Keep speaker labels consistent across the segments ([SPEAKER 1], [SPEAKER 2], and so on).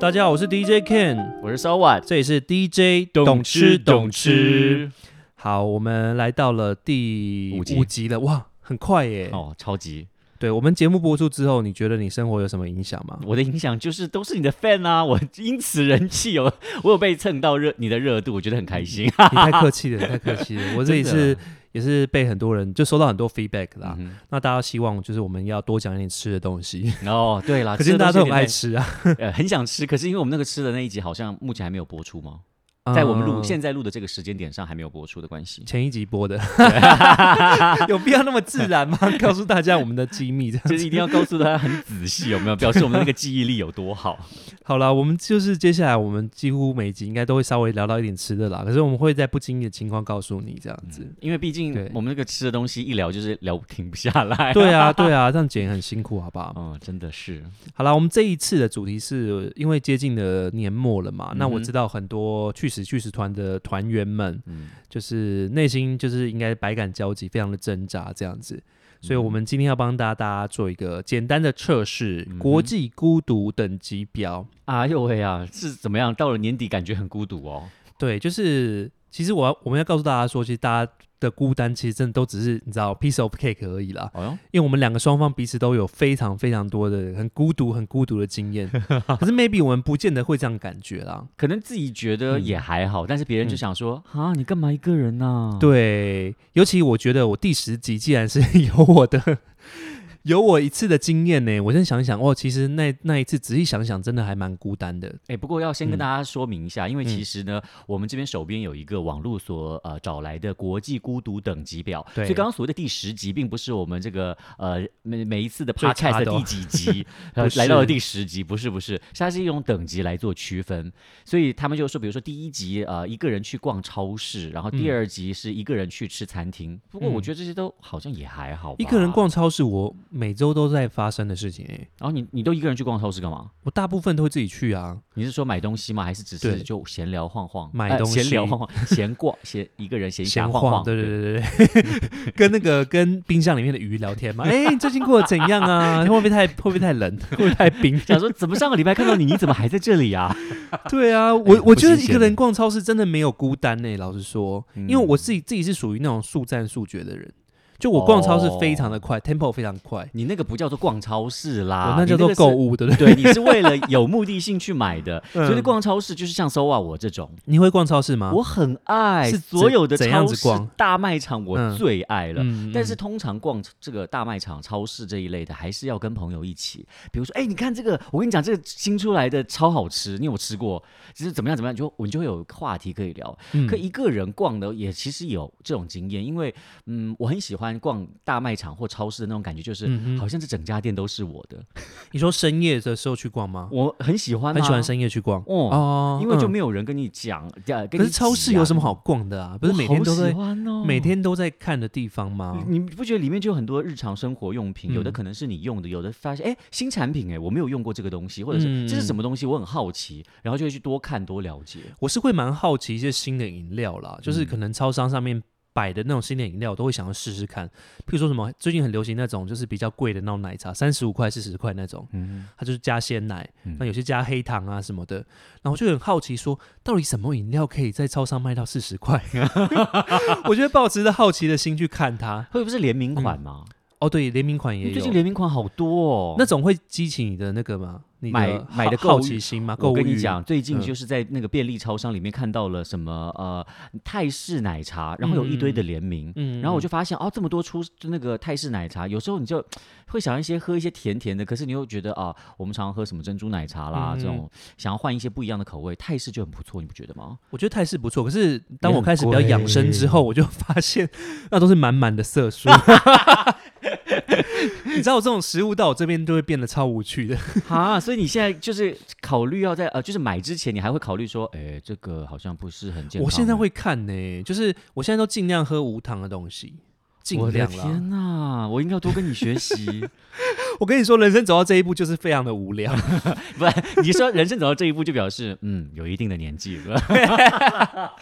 [SPEAKER 1] 大家好，我是 DJ Ken，
[SPEAKER 2] 我是 So What，
[SPEAKER 1] 这里是 DJ 懂吃懂吃。好，我们来到了第
[SPEAKER 2] 五集
[SPEAKER 1] 五集了，哇，很快耶！
[SPEAKER 2] 哦，超级！
[SPEAKER 1] 对我们节目播出之后，你觉得你生活有什么影响 吗？
[SPEAKER 2] 我的影响就是都是你的 fan 啊， 我因此人气有， 我有被蹭到热你的热度，我觉得很开心。
[SPEAKER 1] 你太客气了，你太客气了。我这里
[SPEAKER 2] 真的
[SPEAKER 1] 是也是被很多人就收到很多 feedback 啦。
[SPEAKER 2] 嗯
[SPEAKER 1] 那大家希望就是我们要多讲一点吃的东西，
[SPEAKER 2] 哼 哦，对啦，
[SPEAKER 1] 嗯 可是
[SPEAKER 2] 这
[SPEAKER 1] 大家都
[SPEAKER 2] 东西
[SPEAKER 1] 很爱
[SPEAKER 2] 有点
[SPEAKER 1] 吃啊。
[SPEAKER 2] 太，呃，很 想吃，可是因为我们那个吃的那一集好像目前还没有播出吗？在我们录
[SPEAKER 1] 嗯
[SPEAKER 2] 现在录的这个时间点上还没有播出的关 系。
[SPEAKER 1] 前一集播 的，有必要那么自然吗？告诉大家我们的机密这样。
[SPEAKER 2] 就是一定要告诉大家很仔细，有没有？表示我们那个记忆力有 多好。
[SPEAKER 1] 好啦，我们就是接下来我们几乎每集应该都会稍微聊到一点吃的啦，可是我们会在不经意的情况告诉你这样 子。
[SPEAKER 2] 因为毕竟
[SPEAKER 1] 对
[SPEAKER 2] 我们那个吃的东西一聊就是聊停不下来。
[SPEAKER 1] 对啊，对啊，这样剪也很辛苦，好不好？
[SPEAKER 2] 嗯，真的是，
[SPEAKER 1] 好啦，我们这一次的主题是因为接近了年末了嘛，那我
[SPEAKER 2] 嗯哼
[SPEAKER 1] 知道很多去死去死团的团员们，
[SPEAKER 2] 嗯，
[SPEAKER 1] 就是内心就是应该百感交集，非常的挣扎这样
[SPEAKER 2] 嗯
[SPEAKER 1] 子。所以，我们今天要帮大家大家做一个简单的测试，
[SPEAKER 2] 嗯哼
[SPEAKER 1] 国际孤独等级表。
[SPEAKER 2] 哎呦喂啊， 是怎么样？到了年底感觉很孤独哦。
[SPEAKER 1] 对，就是其实我要我们要告诉大家说，其实大家的孤单其实真的都只是你知道 piece of cake 而已啦。
[SPEAKER 2] 哎呦，
[SPEAKER 1] 因为我们两个双方彼此都有非常非常多的很孤独、很孤独的经验，可是 maybe 我们不见得会这样感觉啦。
[SPEAKER 2] 可能自己觉得也还好，但是别人就想说啊，你干嘛一个人呐？，
[SPEAKER 1] 对，尤其我觉得我第十集既然是 有我的。有我一次的经验呢，我先想一想哦，其实那那一次仔细想想，真的还蛮孤单的。
[SPEAKER 2] 哎，不过要先跟
[SPEAKER 1] 嗯
[SPEAKER 2] 大家说明一下，因为
[SPEAKER 1] 嗯
[SPEAKER 2] 其实呢，我们这边手边有一个网络所呃找来的国际孤独等级表，
[SPEAKER 1] 对
[SPEAKER 2] 所以刚刚所谓的第十集，并不是我们这个呃每每一次的
[SPEAKER 1] 最差
[SPEAKER 2] podcast
[SPEAKER 1] 的
[SPEAKER 2] 的
[SPEAKER 1] 哦
[SPEAKER 2] 第几 集，呃
[SPEAKER 1] 不是
[SPEAKER 2] 来到了第十集，不是不是，是它是用等级来做区分，所以他们就说，比如说第一集呃一个人去逛超市，然后第
[SPEAKER 1] 嗯
[SPEAKER 2] 二集是一个人去吃餐厅，不过我
[SPEAKER 1] 嗯
[SPEAKER 2] 觉得这些都好像也还好，
[SPEAKER 1] 一个人，逛超市，我每周都在发生的事情哎，
[SPEAKER 2] 然后你你都一个人去逛超市干嘛？
[SPEAKER 1] 我大部分都会自己去啊。
[SPEAKER 2] 你是说买东西吗？还是只
[SPEAKER 1] 对
[SPEAKER 2] 是就闲聊晃晃？
[SPEAKER 1] 买
[SPEAKER 2] 呃
[SPEAKER 1] 东西
[SPEAKER 2] 闲聊晃 晃，闲逛，闲一个人闲
[SPEAKER 1] 闲
[SPEAKER 2] 暇晃晃。
[SPEAKER 1] 对对对对， 跟那个跟冰箱里面的鱼聊天嘛。哎、你最近过得怎样 啊？会不会太会不会太冷？会不会太冰？
[SPEAKER 2] 想说怎么上个礼拜看到你，你怎么还在这 里啊？
[SPEAKER 1] 对啊，我、我
[SPEAKER 2] 不
[SPEAKER 1] 觉得
[SPEAKER 2] 新
[SPEAKER 1] 一个
[SPEAKER 2] 鲜欸
[SPEAKER 1] 人逛超市真的没有孤单呢、老实说，
[SPEAKER 2] 嗯
[SPEAKER 1] 因为我自己自己是属于那种速战速决的人，就我逛超市非常的快、t e m p o 非常快，
[SPEAKER 2] 你那个不叫做逛超市啦，
[SPEAKER 1] 我那叫
[SPEAKER 2] 哦啊你
[SPEAKER 1] 做
[SPEAKER 2] 个是
[SPEAKER 1] 购。物，对不对？
[SPEAKER 2] 对，你是为了有目的性去买的，
[SPEAKER 1] 嗯
[SPEAKER 2] 所以逛超市就是像 SOA 我这种，
[SPEAKER 1] 你会逛超市吗？
[SPEAKER 2] 我很爱
[SPEAKER 1] 是
[SPEAKER 2] 所有的
[SPEAKER 1] 怎怎样
[SPEAKER 2] 超
[SPEAKER 1] 子
[SPEAKER 2] 市
[SPEAKER 1] 逛
[SPEAKER 2] 大卖场，
[SPEAKER 1] 嗯
[SPEAKER 2] 我最爱了。
[SPEAKER 1] 嗯
[SPEAKER 2] 但是
[SPEAKER 1] 嗯
[SPEAKER 2] 通常逛这个大卖场、超市这一类的，还是要跟朋友一起。比如说，哎，你看这个，我跟你讲，这个新出来的超好吃，你有吃过？就是怎么样怎么样，就我们就会有话题可以聊。
[SPEAKER 1] 嗯
[SPEAKER 2] 可一个人逛的也其实有这种经验，因为嗯，我很喜欢逛大卖场或超市的那种感觉，就是、
[SPEAKER 1] 嗯哼
[SPEAKER 2] 好像这整家店都是我的，
[SPEAKER 1] 你说深夜的时候去逛吗？
[SPEAKER 2] 我很喜欢、啊，
[SPEAKER 1] 很喜欢深夜去逛
[SPEAKER 2] 哦
[SPEAKER 1] 哦
[SPEAKER 2] 因为就
[SPEAKER 1] 嗯
[SPEAKER 2] 没有人跟你讲，呃跟
[SPEAKER 1] 可
[SPEAKER 2] 你
[SPEAKER 1] 是超市有什么好逛的啊？不是每天都
[SPEAKER 2] 在
[SPEAKER 1] 在、
[SPEAKER 2] 哦
[SPEAKER 1] 每天都在看的地方吗？
[SPEAKER 2] 你你不觉得里面就有很多日常生活用品，有的
[SPEAKER 1] 嗯
[SPEAKER 2] 可能是你用的，有的发现哎新产品哎我没有用过这个东西，或者
[SPEAKER 1] 嗯
[SPEAKER 2] 是这是什么东西，我很好奇，然后就会去多看多了解。
[SPEAKER 1] 我是会蛮好奇一些新的饮料啦，就是
[SPEAKER 2] 嗯
[SPEAKER 1] 可能超商上面摆的那种新的饮料，我都会想要试试看。譬如说什么最近很流行那种就是比较贵的那种奶茶，三十五块、四十块那种，
[SPEAKER 2] 嗯，
[SPEAKER 1] 它就是加鲜奶
[SPEAKER 2] 嗯，
[SPEAKER 1] 那有些加黑糖啊什么的。然后我就很好奇说，到底什么饮料可以在超商卖到四十块？ 我就会抱持着好奇的心去看它。
[SPEAKER 2] 会不会是联名款吗？
[SPEAKER 1] 哦，对，联名款也
[SPEAKER 2] 嗯最
[SPEAKER 1] 有
[SPEAKER 2] 近，联名款好多哦。
[SPEAKER 1] 那种会激起你的那个吗？你的
[SPEAKER 2] 买买的
[SPEAKER 1] 好
[SPEAKER 2] 购
[SPEAKER 1] 好
[SPEAKER 2] 物
[SPEAKER 1] 奇心吗？购
[SPEAKER 2] 我
[SPEAKER 1] 物
[SPEAKER 2] 跟你
[SPEAKER 1] 欲
[SPEAKER 2] 讲，最近
[SPEAKER 1] 嗯
[SPEAKER 2] 就是在那个便利超商里面看到了什么呃泰式奶茶，然后有一堆的联名。
[SPEAKER 1] 嗯
[SPEAKER 2] 然后我就发现哦，这么多出那个泰式奶茶，有时候你就会想一些喝一些甜甜的，可是你又觉得啊，我们常常喝什么珍珠奶茶啦，
[SPEAKER 1] 嗯
[SPEAKER 2] 这种想要换一些不一样的口味，泰式就很不错，你不觉得 吗？
[SPEAKER 1] 我觉得泰式不错，可是当我
[SPEAKER 2] 很
[SPEAKER 1] 开始比较养生之后，我就发现 那都是满满的色 素。你知道，这种食物到我这边就会变得超无趣的。
[SPEAKER 2] 啊，所以你现在就是考虑要在呃，就是买之前你还会考虑说，哎，这个好像不是很健康。
[SPEAKER 1] 我现在，会看呢、就是我现在都尽量喝无糖的东西，尽
[SPEAKER 2] 我的
[SPEAKER 1] 量啦。
[SPEAKER 2] 天哪，我应该要多跟你学 习。
[SPEAKER 1] 我跟你说，人生走到这一步就是非常的无 聊。
[SPEAKER 2] 不，你说人生走到这一步，就表示嗯，有一定的年纪了。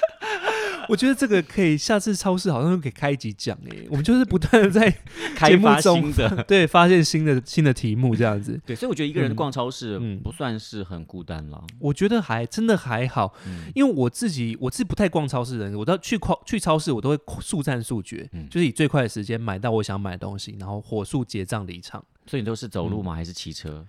[SPEAKER 1] 我觉得这个可以，下次超市好像可以开一集讲诶、我们就是不断的在
[SPEAKER 2] 开
[SPEAKER 1] 节目
[SPEAKER 2] 发
[SPEAKER 1] 中
[SPEAKER 2] 新的。
[SPEAKER 1] 对发现新的新的题目这样子。
[SPEAKER 2] 对，所以我觉得一个人
[SPEAKER 1] 嗯
[SPEAKER 2] 逛超市
[SPEAKER 1] 嗯
[SPEAKER 2] 不算是很孤单了。
[SPEAKER 1] 我觉得还真的还好，
[SPEAKER 2] 嗯
[SPEAKER 1] 因为我自己我自己不太逛超市的人，我到去逛去超市我都会速战速决，
[SPEAKER 2] 嗯
[SPEAKER 1] 就是以最快的时间买到我想买的东西，然后火速结账离场
[SPEAKER 2] 所以你都是走路吗？还是骑车？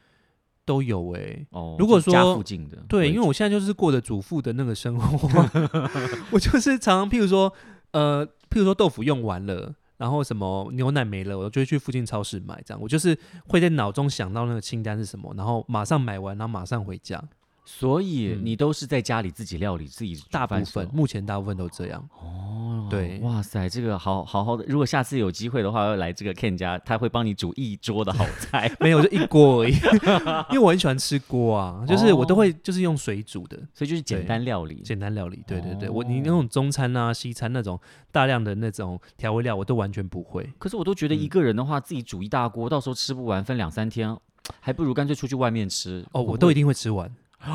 [SPEAKER 1] 都有诶、
[SPEAKER 2] 哦，
[SPEAKER 1] 如果
[SPEAKER 2] 就家
[SPEAKER 1] 说
[SPEAKER 2] 附近的为主，
[SPEAKER 1] 对，因为我现在就是过着主妇的那个生 活， 我就是常常譬如说，呃，譬如说豆腐用完了，然后什么牛奶没了，我就会去附近超市买，这样我就是会在脑中想到那个清单是什么，然后马上买完，然后马上回家。
[SPEAKER 2] 所以
[SPEAKER 1] 嗯
[SPEAKER 2] 你都是在家里自己料理自己煮
[SPEAKER 1] 大部
[SPEAKER 2] 饭是
[SPEAKER 1] 分
[SPEAKER 2] 吗
[SPEAKER 1] 目前大部分都这样。
[SPEAKER 2] 哦，
[SPEAKER 1] 对
[SPEAKER 2] 哇塞，这个好好好的。如果下次有机会的话，要来这个 Ken 家，他会帮你煮一桌的好菜。
[SPEAKER 1] 没有，就一锅而已， 因为我很喜欢吃锅啊，就是我都
[SPEAKER 2] 哦
[SPEAKER 1] 会就是用水煮的
[SPEAKER 2] 所以就是简
[SPEAKER 1] 对
[SPEAKER 2] 单料理。
[SPEAKER 1] 简单料理。对对对，
[SPEAKER 2] 哦
[SPEAKER 1] 我你那种中餐啊、西餐那种大量的那种调味料，我都完全不会。
[SPEAKER 2] 可是我都觉得一个人的话，自己煮一大锅，到时候吃不完，分两三天，还不如干脆出去外面吃。
[SPEAKER 1] 哦，
[SPEAKER 2] 会不
[SPEAKER 1] 我都
[SPEAKER 2] 会
[SPEAKER 1] 一定会吃完。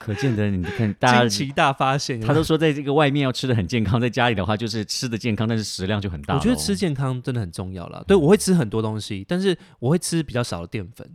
[SPEAKER 2] 可见得你看
[SPEAKER 1] 惊
[SPEAKER 2] 大家。
[SPEAKER 1] 奇大发现，
[SPEAKER 2] 他都说，在这个外面要吃的很健康，在家里的话就是吃的健康，但是食量就很大咯。
[SPEAKER 1] 我觉得吃健康真的很重要啦。对，我会吃很多东西，但是我会吃比较少的淀粉。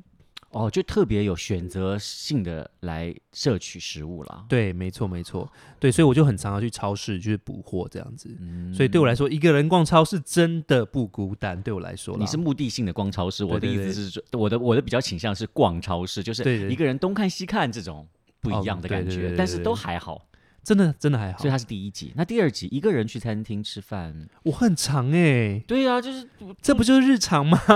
[SPEAKER 2] 哦，就特别有选择性的来摄取食物啦。
[SPEAKER 1] 对，没错，没错。对，所以我就很常常去超市去补货这样子。
[SPEAKER 2] 嗯
[SPEAKER 1] 所以对我来说，一个人逛超市真的不孤单。对我来说啦，
[SPEAKER 2] 你是目的性的逛超市，我的
[SPEAKER 1] 对
[SPEAKER 2] 意
[SPEAKER 1] 对
[SPEAKER 2] 思是说，我的我的比较倾向是逛超市，就是
[SPEAKER 1] 对对
[SPEAKER 2] 一个人东看西看这种不一样
[SPEAKER 1] 哦
[SPEAKER 2] 的
[SPEAKER 1] 对
[SPEAKER 2] 感
[SPEAKER 1] 对对
[SPEAKER 2] 觉，
[SPEAKER 1] 对
[SPEAKER 2] 但是
[SPEAKER 1] 对
[SPEAKER 2] 都
[SPEAKER 1] 对
[SPEAKER 2] 还好。
[SPEAKER 1] 真的真的还好
[SPEAKER 2] 所以。它是第一集，那第二集一个人去餐厅吃饭，
[SPEAKER 1] 我很长哎、
[SPEAKER 2] 对啊，就是
[SPEAKER 1] 这不就是日常吗？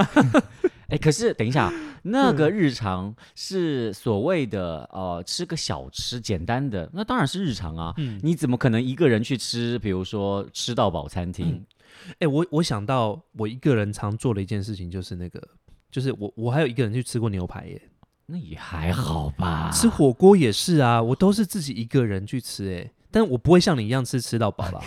[SPEAKER 2] 哎，可是等一下，那
[SPEAKER 1] 嗯
[SPEAKER 2] 个日常是所谓的呃吃个小吃简单的，那当然是日常啊。
[SPEAKER 1] 嗯
[SPEAKER 2] 你怎么可能一个人去吃？比如说吃到饱餐厅，
[SPEAKER 1] 哎、我我想到我一个人常做的一件事情，就是那个，就是我我还有一个人去吃过牛排耶，
[SPEAKER 2] 那也还好吧。
[SPEAKER 1] 吃火锅也是啊，我都是自己一个人去吃哎，但我不会像你一样吃吃到 饱啦。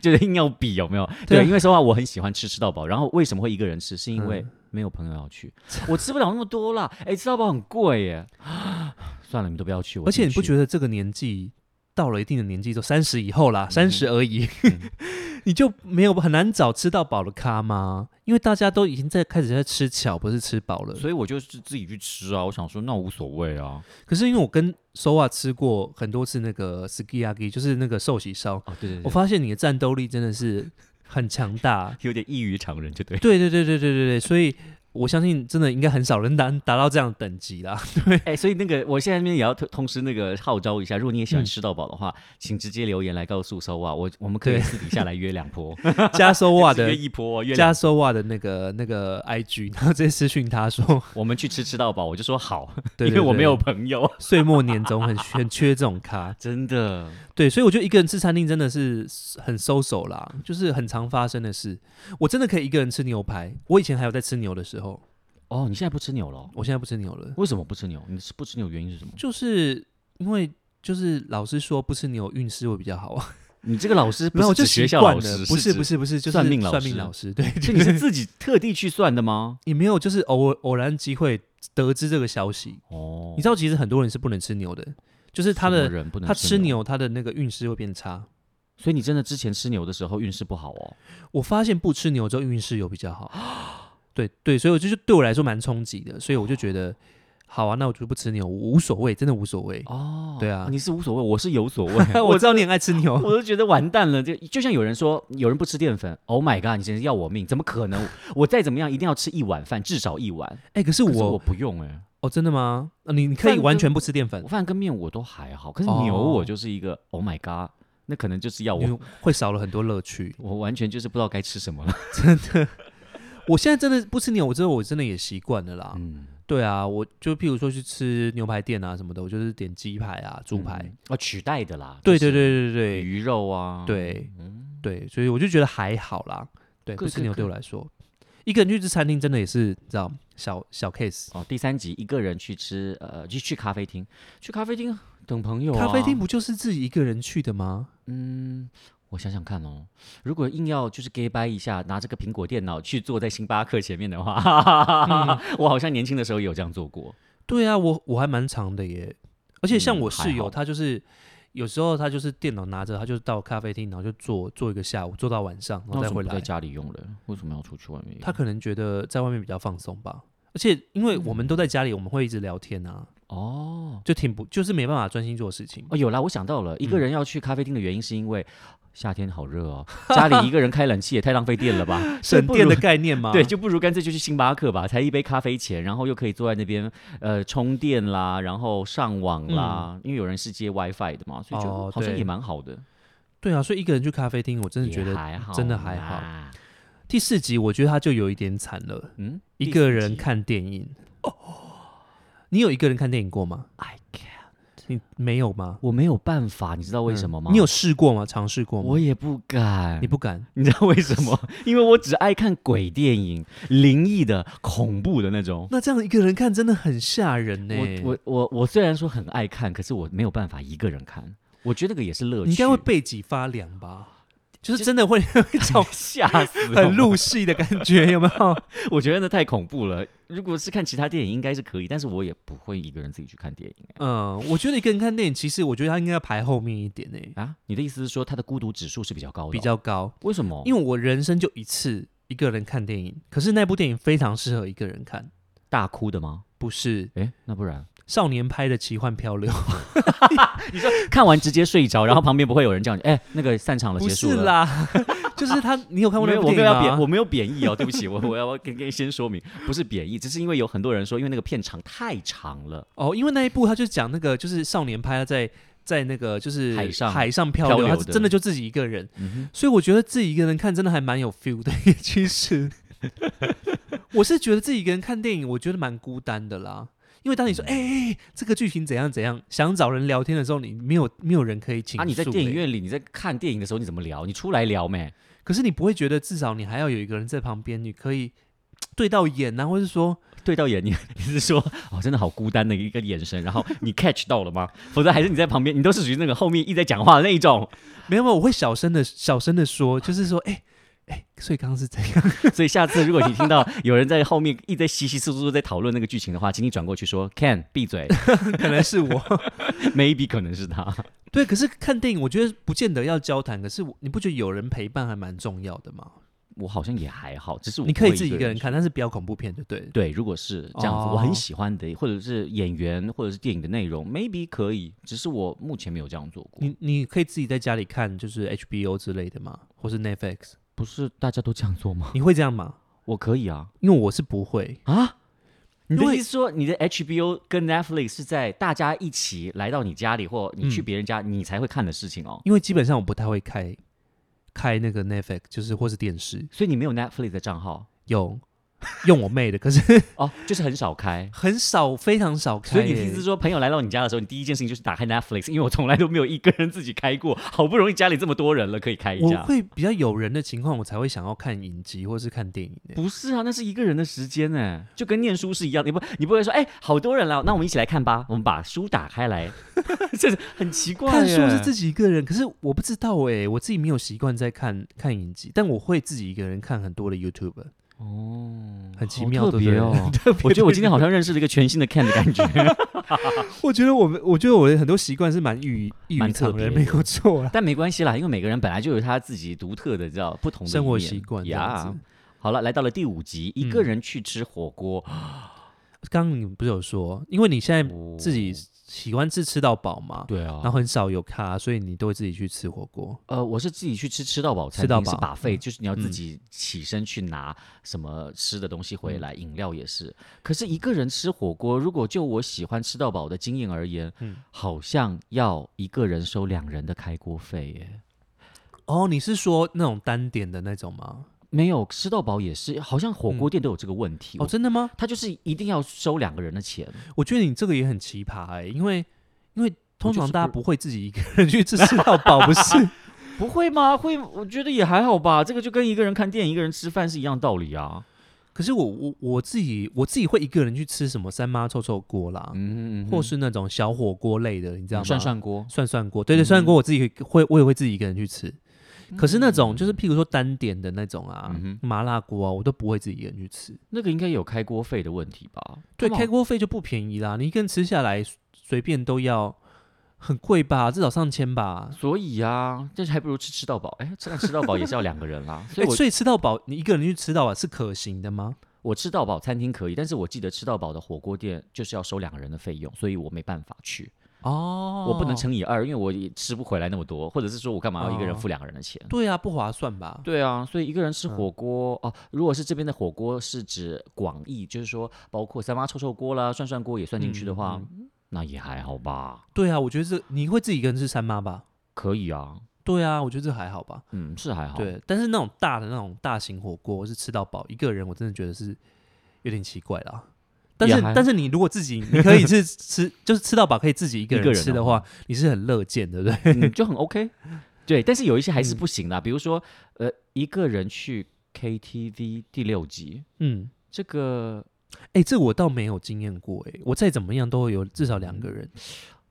[SPEAKER 2] 就是硬要比有没有？
[SPEAKER 1] 对
[SPEAKER 2] 对，因为说话我很喜欢吃吃到饱，然后为什么会一个人吃？是因为
[SPEAKER 1] 嗯
[SPEAKER 2] 没有朋友要去，我吃不了那么多啦。哎，吃到饱很贵耶， 算了，你们都不要去。我
[SPEAKER 1] 而且你不觉
[SPEAKER 2] 得
[SPEAKER 1] 得这个年纪到了一定的年纪，就三十以后
[SPEAKER 2] 嗯
[SPEAKER 1] 啦，三十而已， 你就没有很难找吃到饱的咖吗？因为大家都已经在开始在吃巧，不是吃饱了。
[SPEAKER 2] 所以我就是自己去吃啊，我想说那无所谓啊。
[SPEAKER 1] 可是因为我跟 Soa 吃过很多次那个 Skiaki，就是那个寿喜烧，
[SPEAKER 2] 哦，对对
[SPEAKER 1] 我
[SPEAKER 2] 对，
[SPEAKER 1] 发现你的战斗力真的是很强大。
[SPEAKER 2] 有点异于常人，就对。
[SPEAKER 1] 对对对对对对对，所以我相信真的应该很少人达达到这样的等级 啦。
[SPEAKER 2] 哎，所以那个我现在那边也要同同时那个号召一下，如果你也喜欢
[SPEAKER 1] 嗯
[SPEAKER 2] 吃到饱的话，请直接留言来告诉搜啊，我我们可以
[SPEAKER 1] 对
[SPEAKER 2] 私底下来约 两波，
[SPEAKER 1] 加 Soa
[SPEAKER 2] 约
[SPEAKER 1] 的
[SPEAKER 2] 一波，哦约
[SPEAKER 1] 加
[SPEAKER 2] 两
[SPEAKER 1] Soa 的那个那个 IG，然后直接私讯他说，
[SPEAKER 2] 我们去吃吃到饱，我就说好，
[SPEAKER 1] 对对
[SPEAKER 2] 因为我没
[SPEAKER 1] 对
[SPEAKER 2] 有朋友，
[SPEAKER 1] 岁末年终很缺很缺这种咖，
[SPEAKER 2] 真的。
[SPEAKER 1] 对，所以我觉得一个人吃餐厅真的是很收手啦，就是很常发生的事。我真的可以一个人吃牛排，我以前还有在吃牛的时候，
[SPEAKER 2] 哦，你现在不吃牛了哦？
[SPEAKER 1] 我现在不吃牛了，
[SPEAKER 2] 为什么不吃牛？你是不吃牛原因是什么？
[SPEAKER 1] 就是因为就是老师说不吃牛运势会比较好啊，
[SPEAKER 2] 你这个老师不
[SPEAKER 1] 然后
[SPEAKER 2] 是
[SPEAKER 1] 我就
[SPEAKER 2] 指
[SPEAKER 1] 习
[SPEAKER 2] 学校
[SPEAKER 1] 惯
[SPEAKER 2] 老
[SPEAKER 1] 了
[SPEAKER 2] 师，，
[SPEAKER 1] 不是
[SPEAKER 2] 指
[SPEAKER 1] 不，是不是，就是
[SPEAKER 2] 算命老
[SPEAKER 1] 算命
[SPEAKER 2] 师
[SPEAKER 1] 老师，对，
[SPEAKER 2] 所
[SPEAKER 1] 就
[SPEAKER 2] 以你
[SPEAKER 1] 是
[SPEAKER 2] 是自己特地去算 的吗？
[SPEAKER 1] 也没有就是偶尔偶然机会得知这个消息，
[SPEAKER 2] 哦
[SPEAKER 1] 你知道其实很多人是不能吃牛的，就是他
[SPEAKER 2] 什么
[SPEAKER 1] 的
[SPEAKER 2] 人不能
[SPEAKER 1] 他吃
[SPEAKER 2] 牛，
[SPEAKER 1] 牛他的那个运势会变差。
[SPEAKER 2] 所以你真的之前吃牛的时候运势不好哦。
[SPEAKER 1] 我发现不吃牛之后运势有比较好。 对对，所以我就是对我来说蛮冲击的，所以我就觉得，好啊，那我就不吃牛，无所谓，真的无所谓。
[SPEAKER 2] 哦
[SPEAKER 1] 对啊。
[SPEAKER 2] 你是无所谓，我是有所谓
[SPEAKER 1] 我知道你很爱吃牛，
[SPEAKER 2] 我都觉得完蛋了，就就像有人说，有人不吃淀粉，Oh my god，你简直要我命！怎么可能？我再怎么样，一定要吃一碗饭，至少一碗。
[SPEAKER 1] 哎、可是
[SPEAKER 2] 可
[SPEAKER 1] 我
[SPEAKER 2] 是我不用哎、
[SPEAKER 1] 哦，真的吗？啊你你可
[SPEAKER 2] 饭
[SPEAKER 1] 以
[SPEAKER 2] 跟
[SPEAKER 1] 完全不吃淀粉
[SPEAKER 2] 我，饭跟面我都还好，可是
[SPEAKER 1] 哦
[SPEAKER 2] 牛我就是一个、Oh my god，那可能就是要我
[SPEAKER 1] 你会少了很多乐趣。
[SPEAKER 2] 我完全就是不知道该吃什么了。
[SPEAKER 1] 我现在真的不吃牛，我之后我真的也习惯了啦。
[SPEAKER 2] 嗯，
[SPEAKER 1] 对啊，我就譬如说去吃牛排店啊什么的，我就是点鸡排啊、猪排。
[SPEAKER 2] 嗯啊，取代的啦。
[SPEAKER 1] 对
[SPEAKER 2] 就
[SPEAKER 1] 对
[SPEAKER 2] 是
[SPEAKER 1] 对对对
[SPEAKER 2] 鱼肉啊，，
[SPEAKER 1] 对
[SPEAKER 2] 嗯，
[SPEAKER 1] 对，所以我就觉得还好啦。对，
[SPEAKER 2] 各
[SPEAKER 1] 不吃
[SPEAKER 2] 各
[SPEAKER 1] 牛对
[SPEAKER 2] 各
[SPEAKER 1] 我来说，一个人去吃餐厅真的也是你知道小小 case。
[SPEAKER 2] 哦，第三集一个人去吃，呃，就去咖啡厅，去咖啡厅等朋友、啊。
[SPEAKER 1] 咖啡厅，不就是自己一个人去的吗？
[SPEAKER 2] 嗯，我想想看哦，如果硬要就是 gay 掰一下，拿这个苹果电脑去坐在星巴克前面的话， 我好像年轻的时候也有这样做过。
[SPEAKER 1] 对啊，我我还蛮长的耶，而且像
[SPEAKER 2] 嗯
[SPEAKER 1] 我
[SPEAKER 2] 还
[SPEAKER 1] 室
[SPEAKER 2] 好
[SPEAKER 1] 友，他就是有时候他就是电脑拿着，他就到咖啡厅，然后就坐坐一个下午，坐到晚上，然
[SPEAKER 2] 那
[SPEAKER 1] 后
[SPEAKER 2] 为
[SPEAKER 1] 再
[SPEAKER 2] 什么
[SPEAKER 1] 回
[SPEAKER 2] 不在
[SPEAKER 1] 来。
[SPEAKER 2] 家里用了？为什么要出去外面用？
[SPEAKER 1] 他可能觉得在外面比较放松吧。而且因为我们都在家里，我们会一直聊天啊，
[SPEAKER 2] 哦
[SPEAKER 1] 就挺不就是没办法专心做事情。
[SPEAKER 2] 哦，有啦，我想到了，一个人要去咖啡厅的原因是因为夏天好热哦，家里一个人开冷气也太浪费电了 吧，所以
[SPEAKER 1] 省
[SPEAKER 2] 不
[SPEAKER 1] 电
[SPEAKER 2] 如
[SPEAKER 1] 的概念吗？
[SPEAKER 2] 对，就不如干脆就去星巴克吧，才一杯咖啡钱，然后又可以坐在那边呃充电啦，然后上网啦，因为有人是接 WiFi 的嘛，所以就
[SPEAKER 1] 嗯哦
[SPEAKER 2] 好像
[SPEAKER 1] 对
[SPEAKER 2] 也蛮好的。
[SPEAKER 1] 对啊，所以一个人去咖啡厅，我真的
[SPEAKER 2] 也
[SPEAKER 1] 觉得
[SPEAKER 2] 还好，
[SPEAKER 1] 真的还好
[SPEAKER 2] 好。
[SPEAKER 1] 第四集我觉得他就有一点惨了，
[SPEAKER 2] 嗯，
[SPEAKER 1] 一
[SPEAKER 2] 第
[SPEAKER 1] 个
[SPEAKER 2] 四
[SPEAKER 1] 人
[SPEAKER 2] 集
[SPEAKER 1] 看电影。哦，你有一个人看电影过吗？
[SPEAKER 2] ，I can，
[SPEAKER 1] 你没有吗？嗯
[SPEAKER 2] 我没有办法，你知道为什么吗？
[SPEAKER 1] 你有？试过吗？尝试过吗？
[SPEAKER 2] 嗯我也不敢。
[SPEAKER 1] 你不敢？
[SPEAKER 2] 你知道为什么？ 因为我只爱看鬼电影、灵异的、恐怖的那种。
[SPEAKER 1] 那这样一个人看真的很吓人呢、
[SPEAKER 2] 我我我我虽然说很爱看，可是我没有办法一个人看。我觉得那个也是乐趣，
[SPEAKER 1] 你应该会背脊发凉吧？就是真的会 会这种
[SPEAKER 2] 吓死我，
[SPEAKER 1] 很入戏的感 觉，有没有？
[SPEAKER 2] 我觉得那太恐怖了。如果是看其他电影，应该是可以，但是我也不会一个人自己去看电影、
[SPEAKER 1] 嗯，我觉得一个人看电影，其实我觉得他应该要排后面一点呢、欸
[SPEAKER 2] 哎啊，你的意思是说他的孤独指数是比较高的哦、
[SPEAKER 1] 比较高。
[SPEAKER 2] 为什么？
[SPEAKER 1] 因
[SPEAKER 2] 为
[SPEAKER 1] 为我人生就一次一个人看电影，可是那部电影非常适合一个人看，
[SPEAKER 2] 大哭的吗？
[SPEAKER 1] 不是
[SPEAKER 2] 哎，那 不然
[SPEAKER 1] 少年拍的《奇幻漂流》，
[SPEAKER 2] 看完直接睡着，然后旁边不会有人叫你，哎，那个散场了，
[SPEAKER 1] 不
[SPEAKER 2] 结束
[SPEAKER 1] 是
[SPEAKER 2] 了。
[SPEAKER 1] 啦， 就是他，你有看过
[SPEAKER 2] 没
[SPEAKER 1] 那
[SPEAKER 2] 有，
[SPEAKER 1] 部
[SPEAKER 2] 我没
[SPEAKER 1] 电
[SPEAKER 2] 有
[SPEAKER 1] 影
[SPEAKER 2] 要贬，
[SPEAKER 1] 吗
[SPEAKER 2] 我？没有贬义哦，对不起，我我 要我要跟跟先说明，不是贬义，只是因为有很多人说，因为那个片长太长了，
[SPEAKER 1] 哦，因为那一部他就讲那个，就是少年拍他在在那个就是
[SPEAKER 2] 海上
[SPEAKER 1] 海上漂
[SPEAKER 2] 漂
[SPEAKER 1] 流，他
[SPEAKER 2] 流的
[SPEAKER 1] 真的就自己一个人，
[SPEAKER 2] 嗯
[SPEAKER 1] 所以我觉得自己一个人看真的还蛮有 feel 的。其实， 我是觉得自己一个人看电影，我觉得蛮孤单的啦。因为当你
[SPEAKER 2] 嗯
[SPEAKER 1] 说“哎、哎哎这个剧情怎样怎样”，想找人聊天的时候，你没有没有人可以倾诉、
[SPEAKER 2] 哼，啊，你在电影
[SPEAKER 1] 哎
[SPEAKER 2] 院里，你在看电影的时候，你怎么聊？你出来聊没？
[SPEAKER 1] 可是你不会觉得至少你还要有一个人在旁边，你可以对到眼啊，或是说
[SPEAKER 2] 对到眼，你你是说哦，真的好孤单的一个眼神，然后你 catch 到了吗？ 否则还是你在旁边，你都是属于那个后面一直在讲话的那一种。
[SPEAKER 1] 没有没有，我会小声的小声的说，就是说哎哎、所以刚刚是怎样？
[SPEAKER 2] 所以下次如果你听到有人在后面一直在稀稀疏疏地在讨论那个剧情的话， 请你转过去说 “Can 闭嘴
[SPEAKER 1] 可能是我
[SPEAKER 2] ”，maybe 可能是他。
[SPEAKER 1] 对，可是看电影我觉得不见得要交谈，可是我你不觉得有人陪伴还蛮重要的吗？
[SPEAKER 2] 我好像也还好，只嗯是我
[SPEAKER 1] 你
[SPEAKER 2] 不
[SPEAKER 1] 可以
[SPEAKER 2] 会
[SPEAKER 1] 自己
[SPEAKER 2] 一
[SPEAKER 1] 一个人。看，但是不要恐怖片就对了。
[SPEAKER 2] 对，如果是这样子，
[SPEAKER 1] 哦
[SPEAKER 2] 我很喜欢的，或者是演员，或者是电影的内容，maybe 可以。只是我目前没有这样做过。
[SPEAKER 1] 你你可以自己在家里看，就是 HBO 之类的嘛，或是 Netflix，
[SPEAKER 2] 不是大家都这样做吗？
[SPEAKER 1] 你会这样吗？
[SPEAKER 2] 我可以啊。
[SPEAKER 1] 因为我是不会，
[SPEAKER 2] 啊？你
[SPEAKER 1] 因
[SPEAKER 2] 的
[SPEAKER 1] 为
[SPEAKER 2] 意思说，你的 HBO 跟 Netflix 是在大家一起来到你家里，或你去别人家，你才会看的事情哦。
[SPEAKER 1] 因为基本上我不太会开开那个 Netflix，就是或是电视
[SPEAKER 2] 所以你没有 Netflix 的账号
[SPEAKER 1] 有用我妹的， 可是
[SPEAKER 2] 哦，就是很少开。
[SPEAKER 1] 很少，非常少开
[SPEAKER 2] 所
[SPEAKER 1] 耶、
[SPEAKER 2] 以你的意思是说，朋友来到你家的时候，你第一件事情就是打开 Netflix，因为我从来都没有一个人自己开过，好不容易家里这么多人了，可以开一
[SPEAKER 1] 我
[SPEAKER 2] 下。
[SPEAKER 1] 会比较有人的情况，我才会想要看影集或是看电影耶、
[SPEAKER 2] 不是啊，那是一个人的时间欸呢，就跟念书是一样的。你不，你不会说，哎、好多人了，那我们一起来看吧。我们把书打开来， 这是很奇怪耶。
[SPEAKER 1] 看书是自己一个人，可是我不知道哎、我自己没有习惯在看看影集，但我会自己一个人看很多的 YouTube，
[SPEAKER 2] 哦，
[SPEAKER 1] 很奇
[SPEAKER 2] 好
[SPEAKER 1] 妙，
[SPEAKER 2] 特
[SPEAKER 1] 对不
[SPEAKER 2] 别
[SPEAKER 1] 对
[SPEAKER 2] 哦
[SPEAKER 1] 很 特别
[SPEAKER 2] 我觉得我今
[SPEAKER 1] 对
[SPEAKER 2] 天好像认识了一个全新的 Ken 的感觉，
[SPEAKER 1] 我觉得我们，我觉得我的很多习惯是蛮异于异于
[SPEAKER 2] 蛮特
[SPEAKER 1] 常人，没
[SPEAKER 2] 别
[SPEAKER 1] 有错啦。
[SPEAKER 2] 但没关系啦，因为每个人本来就有他自己独特的，知道不同的
[SPEAKER 1] 生活
[SPEAKER 2] 一面
[SPEAKER 1] 习惯这样
[SPEAKER 2] 呀
[SPEAKER 1] 子。。
[SPEAKER 2] 好了，来到了第五集，一个人去吃火锅，
[SPEAKER 1] 刚刚你不是有说，因为你现在
[SPEAKER 2] 哦
[SPEAKER 1] 嗯自己喜欢吃吃到饱嘛，
[SPEAKER 2] 对啊，
[SPEAKER 1] 然后很少有咖，所以你都会自己去吃火锅。
[SPEAKER 2] 呃，我是自己去吃吃到饱餐
[SPEAKER 1] 吃到
[SPEAKER 2] 厅，是
[SPEAKER 1] 饱嗯
[SPEAKER 2] 把费，就是你要自己起身去拿什么吃的东西回
[SPEAKER 1] 嗯
[SPEAKER 2] 来，饮料也是。可是一个人吃火锅，如果就我喜欢吃到饱的经验而言，
[SPEAKER 1] 嗯
[SPEAKER 2] 好像要一个人收两人的开锅费耶。
[SPEAKER 1] 哦，你是说那种单点的那种吗？
[SPEAKER 2] 没有吃到饱也是，好像火锅店都有这个问题。
[SPEAKER 1] 哦，
[SPEAKER 2] 我
[SPEAKER 1] 真的吗？
[SPEAKER 2] 他就是一定要收两个人的钱，
[SPEAKER 1] 我觉得你这个也很奇葩哎、因为因为通
[SPEAKER 2] 我就
[SPEAKER 1] 常
[SPEAKER 2] 是
[SPEAKER 1] 大家
[SPEAKER 2] 不
[SPEAKER 1] 不会自己一个人去吃吃到饱，不是？
[SPEAKER 2] 不会吗？会，我觉得也还好吧。这个就跟一个人看电影、一个人吃饭是一样道理啊。
[SPEAKER 1] 可是我我我自己我自己会一个人去吃什么三妈臭臭锅啦，
[SPEAKER 2] 嗯
[SPEAKER 1] 或是那种小火锅类的，你知道吗？
[SPEAKER 2] 涮涮锅，嗯
[SPEAKER 1] 涮涮锅，对对，涮涮锅我自己会，我也会自己一个人去吃。可是那种就是譬如说单点的那种啊，
[SPEAKER 2] 嗯
[SPEAKER 1] 麻辣锅啊，我都不会自己一个人去吃。
[SPEAKER 2] 那个应该有开锅费的问题吧？哦
[SPEAKER 1] 对，
[SPEAKER 2] 他们
[SPEAKER 1] 开锅费就不便宜啦，你一个人吃下来随便都要很贵吧，至少上千吧。
[SPEAKER 2] 所以啊，但是还不如吃吃到饱。哎，吃吃到饱也是要两个人 啦，所
[SPEAKER 1] 哎、
[SPEAKER 2] 以我
[SPEAKER 1] 所以吃到饱，你一个人去吃到饱是可行的吗？
[SPEAKER 2] 我吃到饱餐厅可以，但是我记得吃到饱的火锅店就是要收两个人的费用，所以我没办法去，
[SPEAKER 1] 哦
[SPEAKER 2] 我不能。乘以二，因为我也吃不回来那么多，或者是说我干嘛要一个人
[SPEAKER 1] 哦
[SPEAKER 2] 付两个人的钱？
[SPEAKER 1] 对啊，不划算吧？
[SPEAKER 2] 对啊，所以一个人吃火锅哦、如果是这边的火锅是指广义，就是说包括三妈臭臭锅啦、涮涮锅也算进去的话，那也还好吧，
[SPEAKER 1] 对啊，我觉得这你会自己一个人吃三妈吧？
[SPEAKER 2] 可以啊，
[SPEAKER 1] 对啊，我觉得这还好吧。
[SPEAKER 2] 嗯，是还好。，
[SPEAKER 1] 对，但是那种大的那种大型火锅是吃到饱，一个人我真的觉得是有点奇怪啦。但
[SPEAKER 2] 也
[SPEAKER 1] 是
[SPEAKER 2] 还
[SPEAKER 1] 但是你如果自己你可以是吃， 就是吃到饱可以自己一个
[SPEAKER 2] 一个
[SPEAKER 1] 人
[SPEAKER 2] 人
[SPEAKER 1] 吃
[SPEAKER 2] 的
[SPEAKER 1] 的
[SPEAKER 2] 话
[SPEAKER 1] 话，你是很乐见，对不对？
[SPEAKER 2] 嗯，就很 OK。对，但是有一些还是不行啦，比如说呃，一个人去 KTV 第六集，
[SPEAKER 1] 嗯，
[SPEAKER 2] 这个
[SPEAKER 1] 哎、这我倒没有经验过、哎，我再怎么样都会有至少两个人，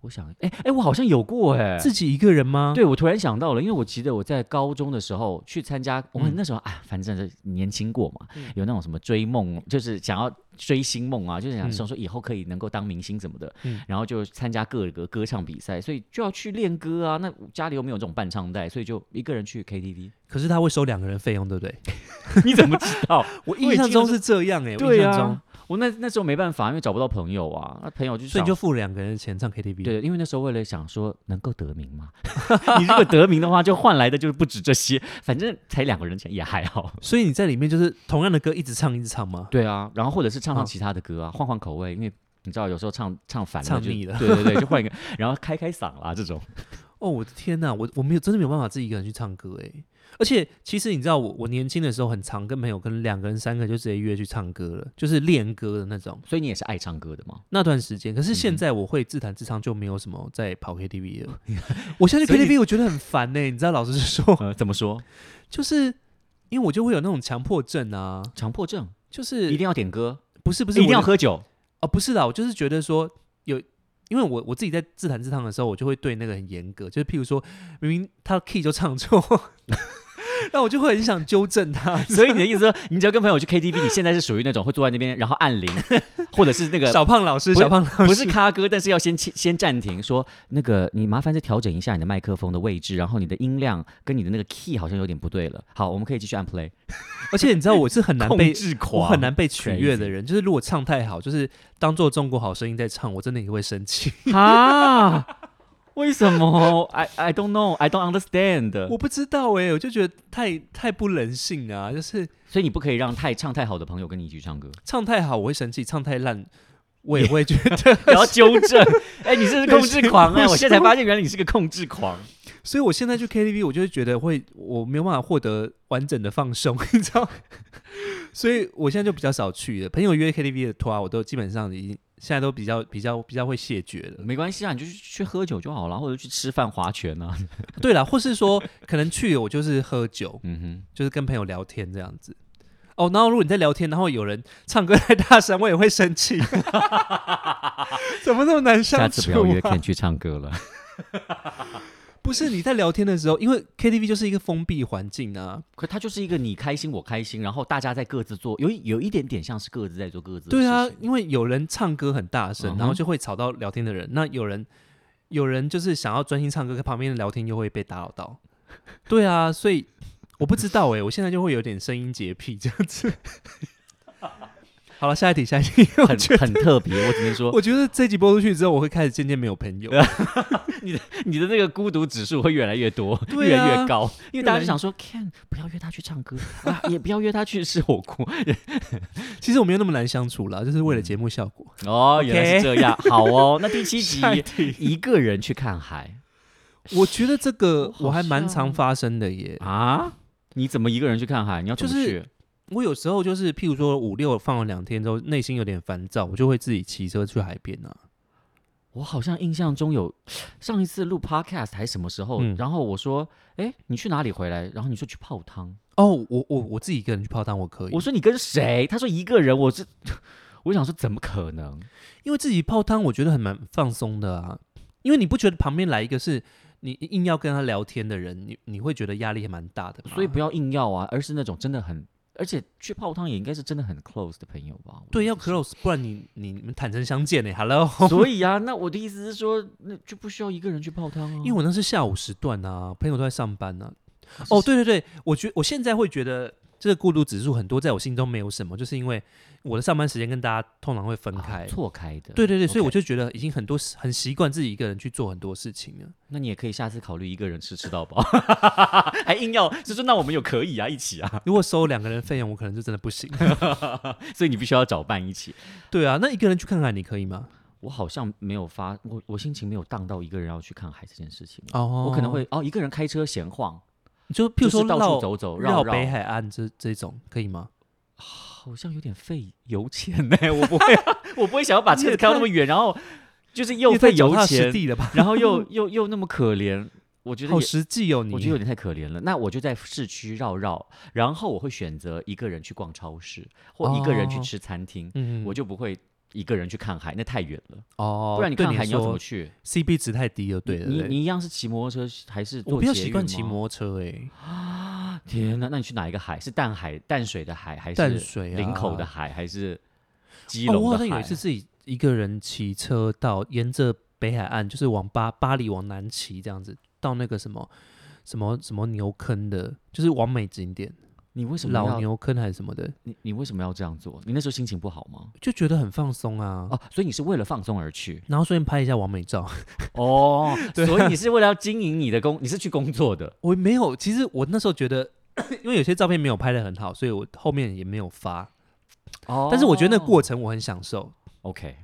[SPEAKER 2] 我想，哎哎，我好像有过哎、
[SPEAKER 1] 自己一个人吗？
[SPEAKER 2] 对，我突然想到了，因为我记得我在高中的时候去参加，我
[SPEAKER 1] 嗯
[SPEAKER 2] 那时候啊，反正是年轻过嘛，有那种什么追梦，就是想要追星梦啊，就是想
[SPEAKER 1] 嗯
[SPEAKER 2] 想说以后可以能够当明星什么的，
[SPEAKER 1] 嗯
[SPEAKER 2] 然后就参加各个歌唱比赛，所以就要去练歌啊。那家里又没有这种伴唱带，所以就一个人 去 KTV。
[SPEAKER 1] 可是他会收两个人费用，对不对？
[SPEAKER 2] 你怎么知 道？
[SPEAKER 1] 我
[SPEAKER 2] 我
[SPEAKER 1] 印
[SPEAKER 2] 已
[SPEAKER 1] 象
[SPEAKER 2] 经
[SPEAKER 1] 中
[SPEAKER 2] 是
[SPEAKER 1] 是这样、哎，我
[SPEAKER 2] 对
[SPEAKER 1] 印象中
[SPEAKER 2] 啊，，我那那时候没办法，因为找不到朋友啊，那朋友就
[SPEAKER 1] 所以
[SPEAKER 2] 想
[SPEAKER 1] 你就付两个人的钱唱 KTV。，
[SPEAKER 2] 对，因为那时候为了想说能够得名 嘛，你如果得名的话，就换来的就是不止这些，反正才两个人钱也还好。
[SPEAKER 1] 所以你在里面就是同样的歌一直唱一直唱吗？
[SPEAKER 2] 对啊，然后或者是唱唱
[SPEAKER 1] 嗯
[SPEAKER 2] 其他的歌啊，换换口味，因为你知道有时候唱唱反了
[SPEAKER 1] 唱
[SPEAKER 2] 就
[SPEAKER 1] 腻了
[SPEAKER 2] 对 对对，就换一个，然后开开嗓啦这种。
[SPEAKER 1] 哦，我的天呐，我我没有真的没有办法自己一个人去唱歌哎。而且其实你知道我，我年轻的时候很常跟朋友跟两个人、三个人就直接约去唱歌了，就是练歌的那种。
[SPEAKER 2] 所以你也是爱唱歌的 嘛？
[SPEAKER 1] 那段时间，可是现在我会自弹自唱，就没有什么在跑 KTV 了。我现在去
[SPEAKER 2] 所以
[SPEAKER 1] KTV 我觉得很烦呢、你知道，老实说，
[SPEAKER 2] 呃，怎么说？
[SPEAKER 1] 就是因为我就会有那种强迫症啊，
[SPEAKER 2] 强迫症
[SPEAKER 1] 就是
[SPEAKER 2] 一定要点歌，
[SPEAKER 1] 不是不
[SPEAKER 2] 不
[SPEAKER 1] 是
[SPEAKER 2] 一定要
[SPEAKER 1] 我就
[SPEAKER 2] 喝酒。
[SPEAKER 1] 哦，不是啦，我就是觉得说有，因为我我自己在自弹自唱的时候，我就会对那个很严格，就是譬如说明明他 key 就唱错， 那我就会很想纠正他，
[SPEAKER 2] 所以你的意思说，你只要跟朋友去 KTV，你现在是属于那种会坐在那边，然后 按铃，或者是那个
[SPEAKER 1] 小胖老师，
[SPEAKER 2] 不是
[SPEAKER 1] 小胖老师
[SPEAKER 2] 不是咖歌，但是要先切先暂停，说那个你麻烦再调整一下你的麦克风的位置，然后你的音量跟你的那个 key 好像有点不对了。好，我们可以继续按 play。
[SPEAKER 1] 而且你知道我是很难
[SPEAKER 2] 控
[SPEAKER 1] 被。
[SPEAKER 2] 制狂，
[SPEAKER 1] 我很难被取悦的人，就是如果唱太好，就是当做中国好声音在唱，我真的也会生 气。
[SPEAKER 2] 啊！为什么？I I don't know, I don't understand。
[SPEAKER 1] 我不知道哎、我就觉得太太不人性啊！就是
[SPEAKER 2] 所以你不可以让太唱太好的朋友跟你一起唱 歌，
[SPEAKER 1] 唱太好我会生气，唱太烂我也会觉得
[SPEAKER 2] 然后纠正。 哎、你这是控制狂哎、
[SPEAKER 1] 对
[SPEAKER 2] 我现在才发现，原来你是个控制狂。
[SPEAKER 1] 所以我现在去 KTV，我就会觉得会我没有办法获得完整的放松， 你知道？所以我现在就比较少去了。朋友约 KTV 的拖啊，我都基本上已经现在都比较比较比较会谢绝了。
[SPEAKER 2] 没关系啊，你就去去喝酒就好了，或者去吃饭、划拳啊。
[SPEAKER 1] 对啦，或是说可能去了我就是喝酒，
[SPEAKER 2] 嗯
[SPEAKER 1] 就是跟朋友聊天这样子。哦，然后如果你在聊天，然后有人唱歌太大声，我也会生 气。怎么那么难
[SPEAKER 2] 哼，下
[SPEAKER 1] 相
[SPEAKER 2] 次
[SPEAKER 1] 处、
[SPEAKER 2] 不要约
[SPEAKER 1] 啊？
[SPEAKER 2] Ken 去唱歌了。
[SPEAKER 1] 不是你在聊天的时候，因为 KTV 就是一个封闭环境啊，
[SPEAKER 2] 可它就是一个你开心我开心，然后大家在各自做，有一有一点点像是各自在做各自的事
[SPEAKER 1] 对
[SPEAKER 2] 情。
[SPEAKER 1] 啊，因为有人唱歌很大声，然后
[SPEAKER 2] 嗯哼
[SPEAKER 1] 就会吵到聊天的人。那有人有人就是想要专心唱歌，可旁边的聊天又会被打扰 到。对啊，所以我不知道哎、我现在就会有点声音洁癖这样子。 好了，下一题，下一题。我
[SPEAKER 2] 很
[SPEAKER 1] 觉得，
[SPEAKER 2] 很特别。我只能说，
[SPEAKER 1] 我觉得这集播出去之后，我会开始渐渐没有朋 友。
[SPEAKER 2] 你的那个孤独指数会越来越多，
[SPEAKER 1] 对
[SPEAKER 2] 越
[SPEAKER 1] 啊
[SPEAKER 2] 来越高，因为
[SPEAKER 1] 越来
[SPEAKER 2] 大家
[SPEAKER 1] 越
[SPEAKER 2] 就想说，Ken 不要约他去唱 歌啊，也不要约他去吃火锅。
[SPEAKER 1] 其实我没有那么难相处啦，就是为了节目效果。
[SPEAKER 2] 哦，原来
[SPEAKER 1] OK
[SPEAKER 2] 是这样，好哦。那第七集
[SPEAKER 1] 下一题，
[SPEAKER 2] 一个人去看海
[SPEAKER 1] 我觉得这个
[SPEAKER 2] 我好
[SPEAKER 1] 我还蛮
[SPEAKER 2] 像
[SPEAKER 1] 常发生的耶。
[SPEAKER 2] 啊？你怎么一个人去看海？你要怎么
[SPEAKER 1] 就是
[SPEAKER 2] 去？
[SPEAKER 1] 我有时候就是，譬如说五六放了两天之后，内心有点烦躁，我就会自己骑车去海边啊。
[SPEAKER 2] 我好像印象中有上一次录 podcast 还什么时候，
[SPEAKER 1] 嗯
[SPEAKER 2] 然后我说，哎，你去哪里回来？然后你说去泡汤。
[SPEAKER 1] 哦，我我我自己一个人去泡汤我可以，
[SPEAKER 2] 我说你跟谁？他说一个人。我这 我想说怎么可能？
[SPEAKER 1] 因为自己泡汤我觉得很蛮放松的啊，因为你不觉得旁边来一个是你硬要跟他聊天的人，你你会觉得压力还蛮大的吗？
[SPEAKER 2] 啊所以不要硬要啊，而是那种真的很而且去泡汤也应该是真的很 close 的朋友吧？我
[SPEAKER 1] 对，
[SPEAKER 2] 觉
[SPEAKER 1] 要
[SPEAKER 2] 得
[SPEAKER 1] close，不然你你你们坦诚相见呢、h e l l o
[SPEAKER 2] 所以 啊，那我的意思是说，那就不需要一个人去泡汤啊。
[SPEAKER 1] 因为我那是下午时段啊，朋友都在上班呢、啊。哦，对对对，我觉我现在会觉得这个孤独指数很多，在我心中没有什么，就是因为我的上班时间跟大家通常会分
[SPEAKER 2] 啊
[SPEAKER 1] 开。
[SPEAKER 2] 错开的。
[SPEAKER 1] 对对对
[SPEAKER 2] OK
[SPEAKER 1] 所以我就觉得已经很多很习惯自己一个人去做很多事情了。
[SPEAKER 2] 那你也可以下次考虑一个人吃吃到饱， 还硬要就说那我们有可以啊，一起啊，
[SPEAKER 1] 如果收两个人费用，我可能就真的不行。
[SPEAKER 2] 所以你必须要找伴一起。
[SPEAKER 1] 对啊，那一个人去看看你可以吗？
[SPEAKER 2] 我好像没有发，我我心情没有荡到一个人要去看海这件事情。
[SPEAKER 1] 哦
[SPEAKER 2] 我可能会哦，一个人开车闲晃，
[SPEAKER 1] 就譬如说
[SPEAKER 2] 就是到
[SPEAKER 1] 绕
[SPEAKER 2] 处走走
[SPEAKER 1] 绕
[SPEAKER 2] 绕
[SPEAKER 1] 北海岸这这种可以吗？
[SPEAKER 2] 好像有点费油钱呢、 我不会，我不会想要把车子开到那么远，然后就是又
[SPEAKER 1] 太
[SPEAKER 2] 费油钱，
[SPEAKER 1] 地了 吧？
[SPEAKER 2] 然后又又又那么可怜，我觉得
[SPEAKER 1] 好
[SPEAKER 2] 也
[SPEAKER 1] 实际哦，你
[SPEAKER 2] 我觉得有点太可怜了。那我就在市区绕绕，然后我会选择一个人去逛超市，或一个人去
[SPEAKER 1] 哦
[SPEAKER 2] 吃餐厅，
[SPEAKER 1] 嗯
[SPEAKER 2] 我就不会一个人去看海，那太远了。
[SPEAKER 1] 哦，
[SPEAKER 2] 不然你
[SPEAKER 1] 对
[SPEAKER 2] 看海你要怎么
[SPEAKER 1] 说
[SPEAKER 2] 去？
[SPEAKER 1] CP 值太低了，对
[SPEAKER 2] 你
[SPEAKER 1] 对
[SPEAKER 2] 你一样是骑摩托车还是
[SPEAKER 1] 我
[SPEAKER 2] 坐
[SPEAKER 1] 比较
[SPEAKER 2] 捷
[SPEAKER 1] 习
[SPEAKER 2] 运
[SPEAKER 1] 惯骑
[SPEAKER 2] 吗。
[SPEAKER 1] 摩托车哎诶、
[SPEAKER 2] 天哪，那你去哪一个海？是淡海、淡水的海，还
[SPEAKER 1] 淡
[SPEAKER 2] 是
[SPEAKER 1] 水啊，
[SPEAKER 2] 林口的海，还是基
[SPEAKER 1] 哦，
[SPEAKER 2] 隆的海？
[SPEAKER 1] 我好像有一次自己一个人骑车到沿着北海岸，就是往巴巴黎往南骑这样子，到那个什么什么什么牛坑的，就是完美景点，
[SPEAKER 2] 你为什么
[SPEAKER 1] 老
[SPEAKER 2] 要
[SPEAKER 1] 牛坑还是什么的，
[SPEAKER 2] 你你为什么要这样做？你那时候心情不好吗？
[SPEAKER 1] 就觉得很放松啊。
[SPEAKER 2] 哦，所以你是为了放松 而去
[SPEAKER 1] 然后顺便拍一下完美照。
[SPEAKER 2] 哦，
[SPEAKER 1] 啊
[SPEAKER 2] 所以你是为了要经营你的工，你是去工作的。
[SPEAKER 1] 我没有，其实我那时候觉得， 因为有些照片没有拍的很好，所以我后面也没有发。
[SPEAKER 2] 哦
[SPEAKER 1] 但是我觉得那个过程我很享受，
[SPEAKER 2] OK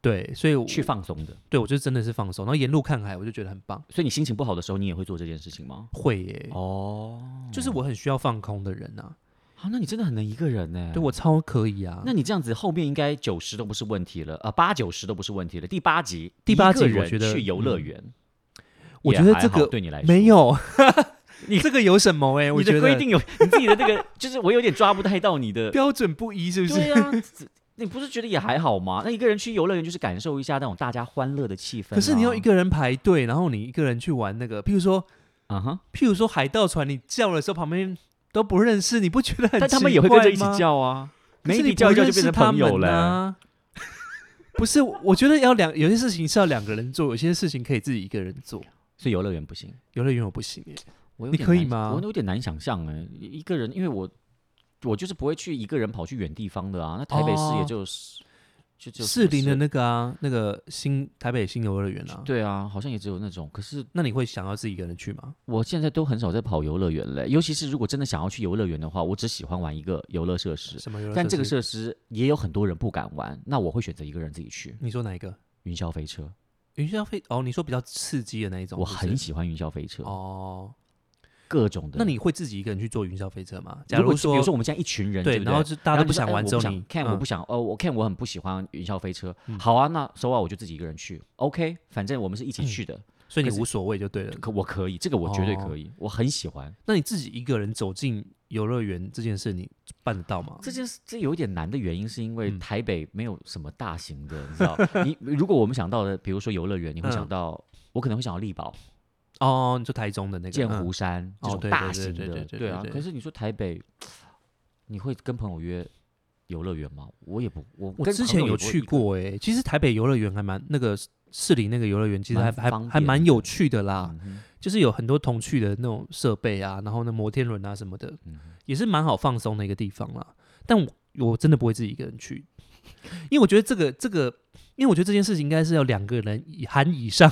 [SPEAKER 1] 对，所以我
[SPEAKER 2] 去放松的。
[SPEAKER 1] 对我就真的是放松。然后沿路看海，我就觉得很棒。
[SPEAKER 2] 所以你心情不好的时候，你也会做这件事情吗？
[SPEAKER 1] 会耶、
[SPEAKER 2] 哦，
[SPEAKER 1] 就是我很需要放空的人啊，
[SPEAKER 2] 啊，那你真的很能一个人呢、
[SPEAKER 1] 对我超可以啊。
[SPEAKER 2] 那你这样子后面应该九十都不是问题了，呃，八九十都不是问题了。第八集，
[SPEAKER 1] 第八集
[SPEAKER 2] 一个人
[SPEAKER 1] 我觉得嗯
[SPEAKER 2] 去游乐园，
[SPEAKER 1] 我
[SPEAKER 2] 也
[SPEAKER 1] 觉得
[SPEAKER 2] 还
[SPEAKER 1] 这
[SPEAKER 2] 好
[SPEAKER 1] 个
[SPEAKER 2] 对你来说
[SPEAKER 1] 没。有，
[SPEAKER 2] 你
[SPEAKER 1] 这个有什么、欸？哎，我
[SPEAKER 2] 你
[SPEAKER 1] 觉
[SPEAKER 2] 的
[SPEAKER 1] 得
[SPEAKER 2] 规定有你自己的那个， 就是我有点抓不太到你的。
[SPEAKER 1] 标准不一，是不是？
[SPEAKER 2] 对啊，这你不是觉得也还好吗？那一个人去游乐园就是感受一下那种大家欢乐的气氛啊、
[SPEAKER 1] 可是你要一个人排队，然后你一个人去玩那个，譬如说，
[SPEAKER 2] 啊哈，
[SPEAKER 1] 譬如说海盗船，你叫的时候旁边都不认识，你不觉得很？
[SPEAKER 2] 但他们也会跟着一起，叫啊，
[SPEAKER 1] 可
[SPEAKER 2] 没
[SPEAKER 1] 是你
[SPEAKER 2] 比较
[SPEAKER 1] 不
[SPEAKER 2] 一叫就
[SPEAKER 1] 认
[SPEAKER 2] 变
[SPEAKER 1] 识
[SPEAKER 2] 成
[SPEAKER 1] 他
[SPEAKER 2] 朋友
[SPEAKER 1] 们
[SPEAKER 2] 了、
[SPEAKER 1] 啊 不是，我觉得要两有些事情是要两个人做，有些事情可以自己一个人做。
[SPEAKER 2] 所以游乐园不行。
[SPEAKER 1] 游乐园我不行欸耶，
[SPEAKER 2] 我有
[SPEAKER 1] 你
[SPEAKER 2] 点
[SPEAKER 1] 可以
[SPEAKER 2] 难
[SPEAKER 1] 吗
[SPEAKER 2] 我有点难想象哎、一个人，因为我我就是不会去一个人跑去远地方的啊。那台北市
[SPEAKER 1] 哦
[SPEAKER 2] 也就是、就就
[SPEAKER 1] 士林的
[SPEAKER 2] 那
[SPEAKER 1] 那个啊，那个新台北新游乐园啊，
[SPEAKER 2] 对啊，好像也只有那种。可是
[SPEAKER 1] 那你会想要自己一个人去吗？
[SPEAKER 2] 我现在都很少在跑游乐园嘞，尤其是如果真的想要去游乐园的话，我只喜欢玩一个游乐设施。
[SPEAKER 1] 什么游乐？
[SPEAKER 2] 但这个，设施也有很多人不敢玩，那我会选择一个人自己去
[SPEAKER 1] 你说哪一个？
[SPEAKER 2] 云霄飞车。
[SPEAKER 1] 云霄飞哦，你说比较刺激的那一种，
[SPEAKER 2] 我
[SPEAKER 1] 哦是不
[SPEAKER 2] 很
[SPEAKER 1] 是
[SPEAKER 2] 喜欢云霄飞车，
[SPEAKER 1] 哦。
[SPEAKER 2] 各种的。
[SPEAKER 1] 那你会自己一个人去坐云霄飞车吗？假
[SPEAKER 2] 如果
[SPEAKER 1] 说，
[SPEAKER 2] 比如说我们现在一群人，对
[SPEAKER 1] 对，
[SPEAKER 2] 不对，
[SPEAKER 1] 然后就大家
[SPEAKER 2] 然
[SPEAKER 1] 都
[SPEAKER 2] 后不是
[SPEAKER 1] 想
[SPEAKER 2] 哎
[SPEAKER 1] 玩
[SPEAKER 2] 我
[SPEAKER 1] 之后
[SPEAKER 2] 不想
[SPEAKER 1] 你
[SPEAKER 2] 看我不
[SPEAKER 1] 嗯
[SPEAKER 2] 想哦，我看我很不喜欢云霄飞车。好啊，那首尔我就自己一个人去，OK，反正我们是一起去的，
[SPEAKER 1] 所以你
[SPEAKER 2] 可是
[SPEAKER 1] 无所谓就对了。
[SPEAKER 2] 可我可以，这个我绝对
[SPEAKER 1] 嗯哦
[SPEAKER 2] 可以，我很喜欢。
[SPEAKER 1] 那你自己一个人走进游乐园这件事，你办得到吗？
[SPEAKER 2] 这件事这有一点难的原因是因为
[SPEAKER 1] 嗯
[SPEAKER 2] 台北没有什么大型的，你知道，你 如果我们想到的，比如说游乐园，你会想
[SPEAKER 1] 嗯
[SPEAKER 2] 到。我可能会想到力宝、
[SPEAKER 1] 哦，你说台中的那个
[SPEAKER 2] 剑
[SPEAKER 1] 嗯
[SPEAKER 2] 湖山、这
[SPEAKER 1] 哦
[SPEAKER 2] 种
[SPEAKER 1] 对对
[SPEAKER 2] 大
[SPEAKER 1] 对
[SPEAKER 2] 型
[SPEAKER 1] 对对
[SPEAKER 2] 的，
[SPEAKER 1] 对
[SPEAKER 2] 对
[SPEAKER 1] 对
[SPEAKER 2] 啊
[SPEAKER 1] 对。
[SPEAKER 2] 可是你说台北，你会跟朋友约游乐园吗？我也不，我
[SPEAKER 1] 我
[SPEAKER 2] 跟
[SPEAKER 1] 之
[SPEAKER 2] 朋
[SPEAKER 1] 前
[SPEAKER 2] 友也
[SPEAKER 1] 有
[SPEAKER 2] 不会
[SPEAKER 1] 去
[SPEAKER 2] 一个
[SPEAKER 1] 过诶、其实台北游乐园还蛮那个市里那个游乐园，其实还
[SPEAKER 2] 蛮
[SPEAKER 1] 还
[SPEAKER 2] 方便
[SPEAKER 1] 还蛮有趣的啦，
[SPEAKER 2] 嗯哼
[SPEAKER 1] 就是有很多童趣的那种设备啊，然后呢摩天轮啊什么的，
[SPEAKER 2] 嗯哼
[SPEAKER 1] 也是蛮好放松的一个地方啦。但我我真的不会自己一个人去，因为我觉得这个这个，因为我觉得这件事情应该是要两个人以含以 上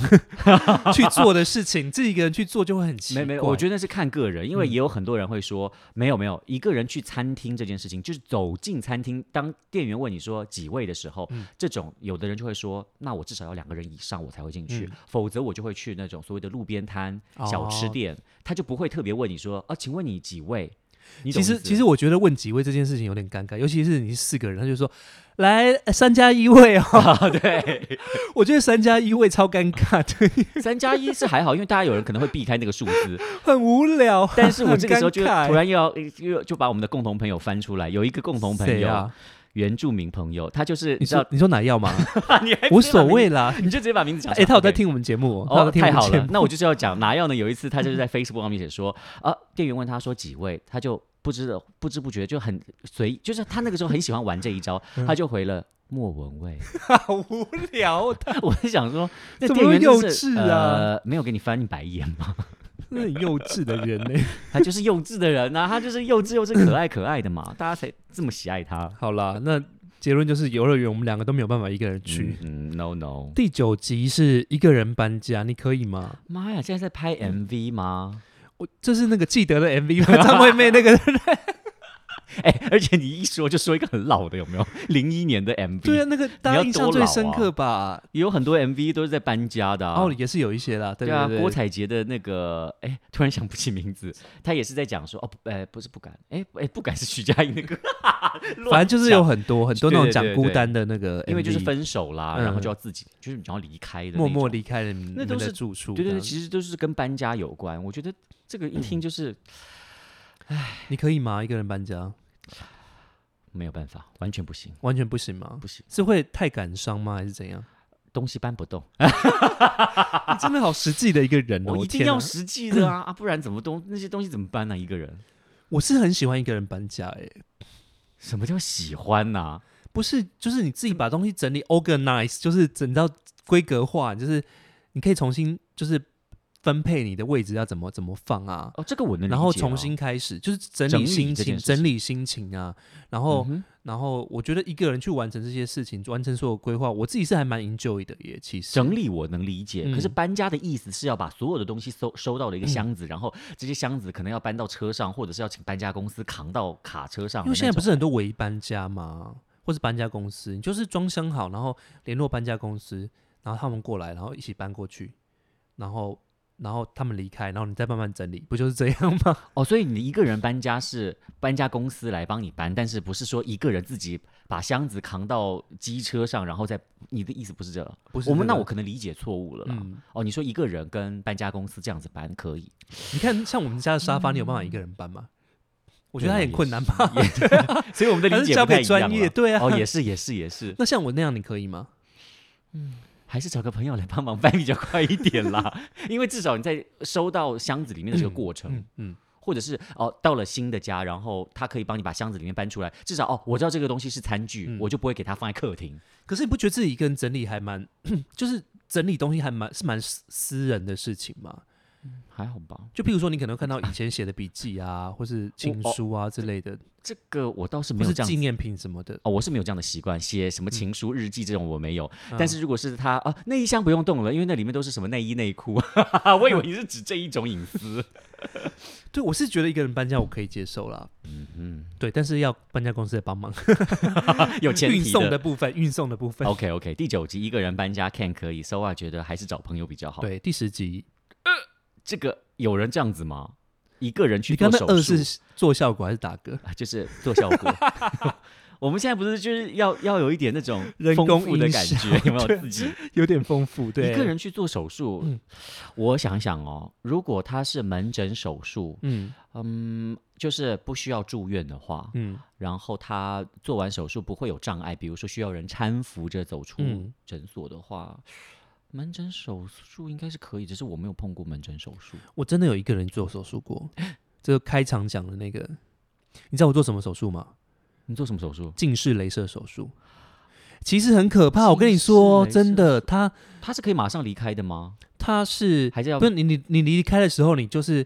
[SPEAKER 1] 去做的事情，自己一个人去做就会很奇怪。
[SPEAKER 2] 没没，我觉得那是看个人，因为
[SPEAKER 1] 嗯
[SPEAKER 2] 也有很多人会说，没有没有，一个人去餐厅这件事情，就是走进餐厅，当店员问你说几位的时候，
[SPEAKER 1] 嗯
[SPEAKER 2] 这种有的人就会说，那我至少要两个人以上我才会进去，
[SPEAKER 1] 嗯
[SPEAKER 2] 否则我就会去那种所谓的路边摊、小吃
[SPEAKER 1] 哦
[SPEAKER 2] 店，他就不会特别问你说，啊，请问你几位？你
[SPEAKER 1] 其
[SPEAKER 2] 懂
[SPEAKER 1] 实
[SPEAKER 2] 意思
[SPEAKER 1] 其 实我觉得问几位这件事情有点尴尬，尤其是你是四个人，他就说来呃三加一位哦，
[SPEAKER 2] 啊， 对，
[SPEAKER 1] 我觉得三加一位超尴尬的，
[SPEAKER 2] 三加一是还好，因为大家有人可能会避开那个数 字，
[SPEAKER 1] 很无聊。
[SPEAKER 2] 但是我
[SPEAKER 1] 很
[SPEAKER 2] 这个时候就
[SPEAKER 1] 尴尬
[SPEAKER 2] 突然又要又就把我们的共同朋友翻出来，有一个共同朋
[SPEAKER 1] 谁
[SPEAKER 2] 友，
[SPEAKER 1] 啊？
[SPEAKER 2] 原住民朋友，他就是
[SPEAKER 1] 你
[SPEAKER 2] 知道
[SPEAKER 1] 说，你说哪药吗？
[SPEAKER 2] 你还
[SPEAKER 1] 无所谓啦。
[SPEAKER 2] 你就直接把名字讲 出来。
[SPEAKER 1] 哎，他有在
[SPEAKER 2] OK。
[SPEAKER 1] 听我们节目，他有在
[SPEAKER 2] 哦，
[SPEAKER 1] 听我
[SPEAKER 2] 太
[SPEAKER 1] 们
[SPEAKER 2] 好
[SPEAKER 1] 节
[SPEAKER 2] 了
[SPEAKER 1] 目。，
[SPEAKER 2] 呃那我就是要讲拿药呢。有一次，他就是在 Facebook 上面写说，啊，店员问他说几位，他就不知的不知不觉就很随意，就是他那个时候很喜欢玩这一招，
[SPEAKER 1] 嗯
[SPEAKER 2] 他就回了莫文蔚。
[SPEAKER 1] 好无聊 的，
[SPEAKER 2] 我在想说，那
[SPEAKER 1] 怎么
[SPEAKER 2] 店员
[SPEAKER 1] 幼
[SPEAKER 2] 真是
[SPEAKER 1] 稚啊
[SPEAKER 2] 呃，没有给你翻白眼吗？
[SPEAKER 1] 那很幼稚的人呢、
[SPEAKER 2] 他就是幼稚的人呐、啊他就是幼稚幼稚可爱可爱的嘛，大家才这么喜爱他。
[SPEAKER 1] 好啦，那结论就是游乐园我们两个都没有办法一个人去。
[SPEAKER 2] 嗯嗯，no no，
[SPEAKER 1] 第九集是一个人搬家，你可以吗？
[SPEAKER 2] 妈呀，现在在拍 MV 吗？
[SPEAKER 1] 我这是那个记得的 MV 吗？ 张惠妹那 个
[SPEAKER 2] 哎、而且你一说就说一个很老的，有没有？零一年的 MV，
[SPEAKER 1] 对啊，那个大家印象最深刻吧？
[SPEAKER 2] 也有很多 MV 都是在搬家的、啊。
[SPEAKER 1] 哦，也是有一些啦，对
[SPEAKER 2] 对
[SPEAKER 1] 对
[SPEAKER 2] 啊，
[SPEAKER 1] 对
[SPEAKER 2] 郭采洁的那个，哎，突然想不起名字，他也是在讲说，哦，不呃，不是不敢，哎，哎，不敢是徐佳莹那个，
[SPEAKER 1] 反正就是有很多很多那种
[SPEAKER 2] 对对
[SPEAKER 1] 讲
[SPEAKER 2] 对
[SPEAKER 1] 孤
[SPEAKER 2] 对
[SPEAKER 1] 单的那个 MV，
[SPEAKER 2] 因为就是分手啦，
[SPEAKER 1] 嗯
[SPEAKER 2] 然后就要自己，就是你要离开的，
[SPEAKER 1] 默默。离开了你
[SPEAKER 2] 那
[SPEAKER 1] 们
[SPEAKER 2] 都是
[SPEAKER 1] 的住处这
[SPEAKER 2] 对
[SPEAKER 1] 样。嗯
[SPEAKER 2] 对对，其实都是跟搬家有关。我觉得这个一听就是
[SPEAKER 1] 你可以吗？一个人搬家
[SPEAKER 2] 没有办法，完全不行，
[SPEAKER 1] 完全不行吗？
[SPEAKER 2] 不行，
[SPEAKER 1] 是会太感伤吗？还是怎样？
[SPEAKER 2] 东西搬不动。
[SPEAKER 1] 你真的好实际的一个人哦！
[SPEAKER 2] 我一定
[SPEAKER 1] 天
[SPEAKER 2] 要
[SPEAKER 1] 哪
[SPEAKER 2] 实际的 啊，啊，不然怎么东那些东西怎么搬啊呢、一个人，
[SPEAKER 1] 我是很喜欢一个人搬家、欸，
[SPEAKER 2] 什么叫喜欢呐、
[SPEAKER 1] 不是，就是你自己把东西整理 organize，就是整到规格化，就是你可以重新就是分配你的位置要怎么怎么放啊，
[SPEAKER 2] 哦，这个我能理解啊、
[SPEAKER 1] 然后重新开始，就是整
[SPEAKER 2] 整
[SPEAKER 1] 理
[SPEAKER 2] 理
[SPEAKER 1] 心
[SPEAKER 2] 这
[SPEAKER 1] 情，
[SPEAKER 2] 件事
[SPEAKER 1] 整
[SPEAKER 2] 情
[SPEAKER 1] 理心情啊，然后、然后我觉得一个人去完成这些事情，完成所有规划，我自己是还蛮 enjoy 的耶，其实
[SPEAKER 2] 整理我能理解，可是
[SPEAKER 1] 嗯
[SPEAKER 2] 搬家的意思是要把所有的东西收收到了一个箱子，然后这些箱子可能要搬到车上，或者是要请搬家公司扛到卡车上的那种。
[SPEAKER 1] 因为现在不是很多伪搬家吗？或是搬家公司，你就是装箱好，然后联络搬家公司，然后他们过来，然后一起搬过去，然后然后他们离开，然后你再慢慢整理，不就是这样吗？
[SPEAKER 2] 哦，所以你一个人搬家是搬家公司来帮你搬，但是不是说一个人自己把箱子扛到机车上，然后再你的意思不是啊这？
[SPEAKER 1] 不是
[SPEAKER 2] 我们
[SPEAKER 1] 这
[SPEAKER 2] 那
[SPEAKER 1] 个
[SPEAKER 2] 我可能理解错误了啦。
[SPEAKER 1] 嗯，
[SPEAKER 2] 哦，你说一个人跟搬家公司这样子搬可以，
[SPEAKER 1] 你看像我们家的沙发，你有办法一个人搬吗？我觉得它
[SPEAKER 2] 对啊
[SPEAKER 1] 也
[SPEAKER 2] 也
[SPEAKER 1] 困难 吧。
[SPEAKER 2] 所以我们 的
[SPEAKER 1] 还
[SPEAKER 2] 理
[SPEAKER 1] 是
[SPEAKER 2] 解
[SPEAKER 1] 交
[SPEAKER 2] 不太
[SPEAKER 1] 给
[SPEAKER 2] 一
[SPEAKER 1] 专
[SPEAKER 2] 样
[SPEAKER 1] 业
[SPEAKER 2] 了
[SPEAKER 1] 对啊
[SPEAKER 2] 哦，也是也是也是，
[SPEAKER 1] 那像我那样，你可以吗？
[SPEAKER 2] 还是找个朋友来帮忙搬比较快一点啦， 因为至少你在收到箱子里面的这个过程，
[SPEAKER 1] 嗯嗯，
[SPEAKER 2] 或者是哦到了新的家，然后他可以帮你把箱子里面搬出来，至少哦我知道这个东西是餐具，
[SPEAKER 1] 嗯
[SPEAKER 2] 我就不会给他放在客厅。
[SPEAKER 1] 可是你不觉得自己一个人整理还蛮， 就是整理东西还蛮是蛮私私人的事情吗？
[SPEAKER 2] 还好吧，
[SPEAKER 1] 就譬如说，你可能看到以前写的笔记啊， 或是情书啊之类的，
[SPEAKER 2] 这个我倒是
[SPEAKER 1] 或
[SPEAKER 2] 没有
[SPEAKER 1] 是
[SPEAKER 2] 这样
[SPEAKER 1] 纪
[SPEAKER 2] 子
[SPEAKER 1] 念品什么的。
[SPEAKER 2] 哦，我是没有这样的习惯，写什么情书、日记这种我没有。但
[SPEAKER 1] 嗯
[SPEAKER 2] 是如果是他啊，那一箱不用动了，因为那里面都是什么内衣内 裤，我以为你是指这一种隐私。
[SPEAKER 1] 对，我是觉得一个人搬家我可以接受啦。嗯嗯，对，但是要搬家公司来帮忙，
[SPEAKER 2] 有 前
[SPEAKER 1] 运
[SPEAKER 2] 提
[SPEAKER 1] 送的部分，运送的部分。
[SPEAKER 2] OK OK，第九集一个人搬家 Ken 可以，Sova 觉得还是找朋友比较好。，
[SPEAKER 1] 对，第十集，
[SPEAKER 2] 这个有人这样子吗？一个人去
[SPEAKER 1] 你刚
[SPEAKER 2] 做
[SPEAKER 1] 刚
[SPEAKER 2] 手
[SPEAKER 1] 二
[SPEAKER 2] 术
[SPEAKER 1] 是做效果还是打嗝？
[SPEAKER 2] 啊，就是做效 果。我们现在不是就是要要有一点那种
[SPEAKER 1] 人
[SPEAKER 2] 丰
[SPEAKER 1] 工
[SPEAKER 2] 富的
[SPEAKER 1] 音
[SPEAKER 2] 感
[SPEAKER 1] 效
[SPEAKER 2] 觉，有没有
[SPEAKER 1] 对
[SPEAKER 2] 自己
[SPEAKER 1] 有点丰富，对，嗯
[SPEAKER 2] 一个，人去做手术？我想想哦，如果他是门诊手术，
[SPEAKER 1] 嗯
[SPEAKER 2] 嗯，就是不需要住院的话，
[SPEAKER 1] 嗯
[SPEAKER 2] 然后他做完手术不会有障碍，比如说需要人搀扶着走出
[SPEAKER 1] 嗯
[SPEAKER 2] 诊所的话，门诊手术应该是可以，只是我没有碰过门诊手术。
[SPEAKER 1] 我真的有一个人做手术过，这个开场讲的那个，你知道我做什么手术吗？
[SPEAKER 2] 你做什么手术？
[SPEAKER 1] 近视雷射手术，其实很可怕。我跟你说，
[SPEAKER 2] 近视雷射
[SPEAKER 1] 真的，他
[SPEAKER 2] 他是可以马上离开的吗？
[SPEAKER 1] 他是
[SPEAKER 2] 还是要
[SPEAKER 1] 不是你你你离开的时候，你就是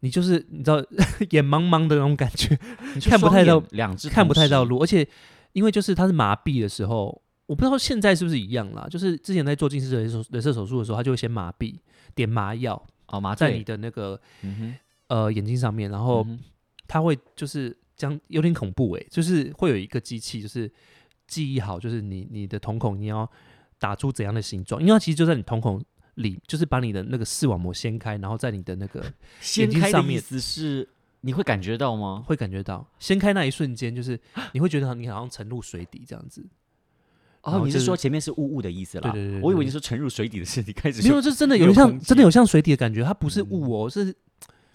[SPEAKER 1] 你就是你知道 眼茫茫的那种感觉，
[SPEAKER 2] 你说
[SPEAKER 1] 看不
[SPEAKER 2] 双
[SPEAKER 1] 太
[SPEAKER 2] 眼
[SPEAKER 1] 到
[SPEAKER 2] 两只
[SPEAKER 1] 看不太到
[SPEAKER 2] 同时
[SPEAKER 1] 路，而且因为就是他是麻痹的时候，我不知道现在是不是一样啦。就是之前在做近视雷射雷射手术的时候，他就会先麻痹，点麻药
[SPEAKER 2] 哦，麻
[SPEAKER 1] 在你
[SPEAKER 2] 醉。
[SPEAKER 1] 的那个
[SPEAKER 2] 嗯哼，
[SPEAKER 1] 呃眼睛上面，然后
[SPEAKER 2] 嗯哼
[SPEAKER 1] 他会就是将有点恐怖诶、欸就是会有一个机器，就是记忆好，就是你你的瞳孔你要打出怎样的形状，因为它其实就在你瞳孔里，就是把你的那个视网膜掀开，然后在你的那个
[SPEAKER 2] 掀
[SPEAKER 1] 睛
[SPEAKER 2] 开的
[SPEAKER 1] 上
[SPEAKER 2] 意
[SPEAKER 1] 面
[SPEAKER 2] 思是你会感觉到吗？
[SPEAKER 1] 会感觉到掀开那一瞬间，就是 你会觉得你好像沉入水底这样子，然
[SPEAKER 2] 哦，
[SPEAKER 1] 后
[SPEAKER 2] 你
[SPEAKER 1] 就是是
[SPEAKER 2] 说前面是雾雾的意思啦？
[SPEAKER 1] 对对对对
[SPEAKER 2] 我以为
[SPEAKER 1] 对
[SPEAKER 2] 你说沉入水底的是你开始
[SPEAKER 1] 没有，
[SPEAKER 2] 就
[SPEAKER 1] 这真的
[SPEAKER 2] 没
[SPEAKER 1] 有
[SPEAKER 2] 有
[SPEAKER 1] 像
[SPEAKER 2] 空
[SPEAKER 1] 真的
[SPEAKER 2] 气
[SPEAKER 1] 有像水底的感觉，它不是雾哦，是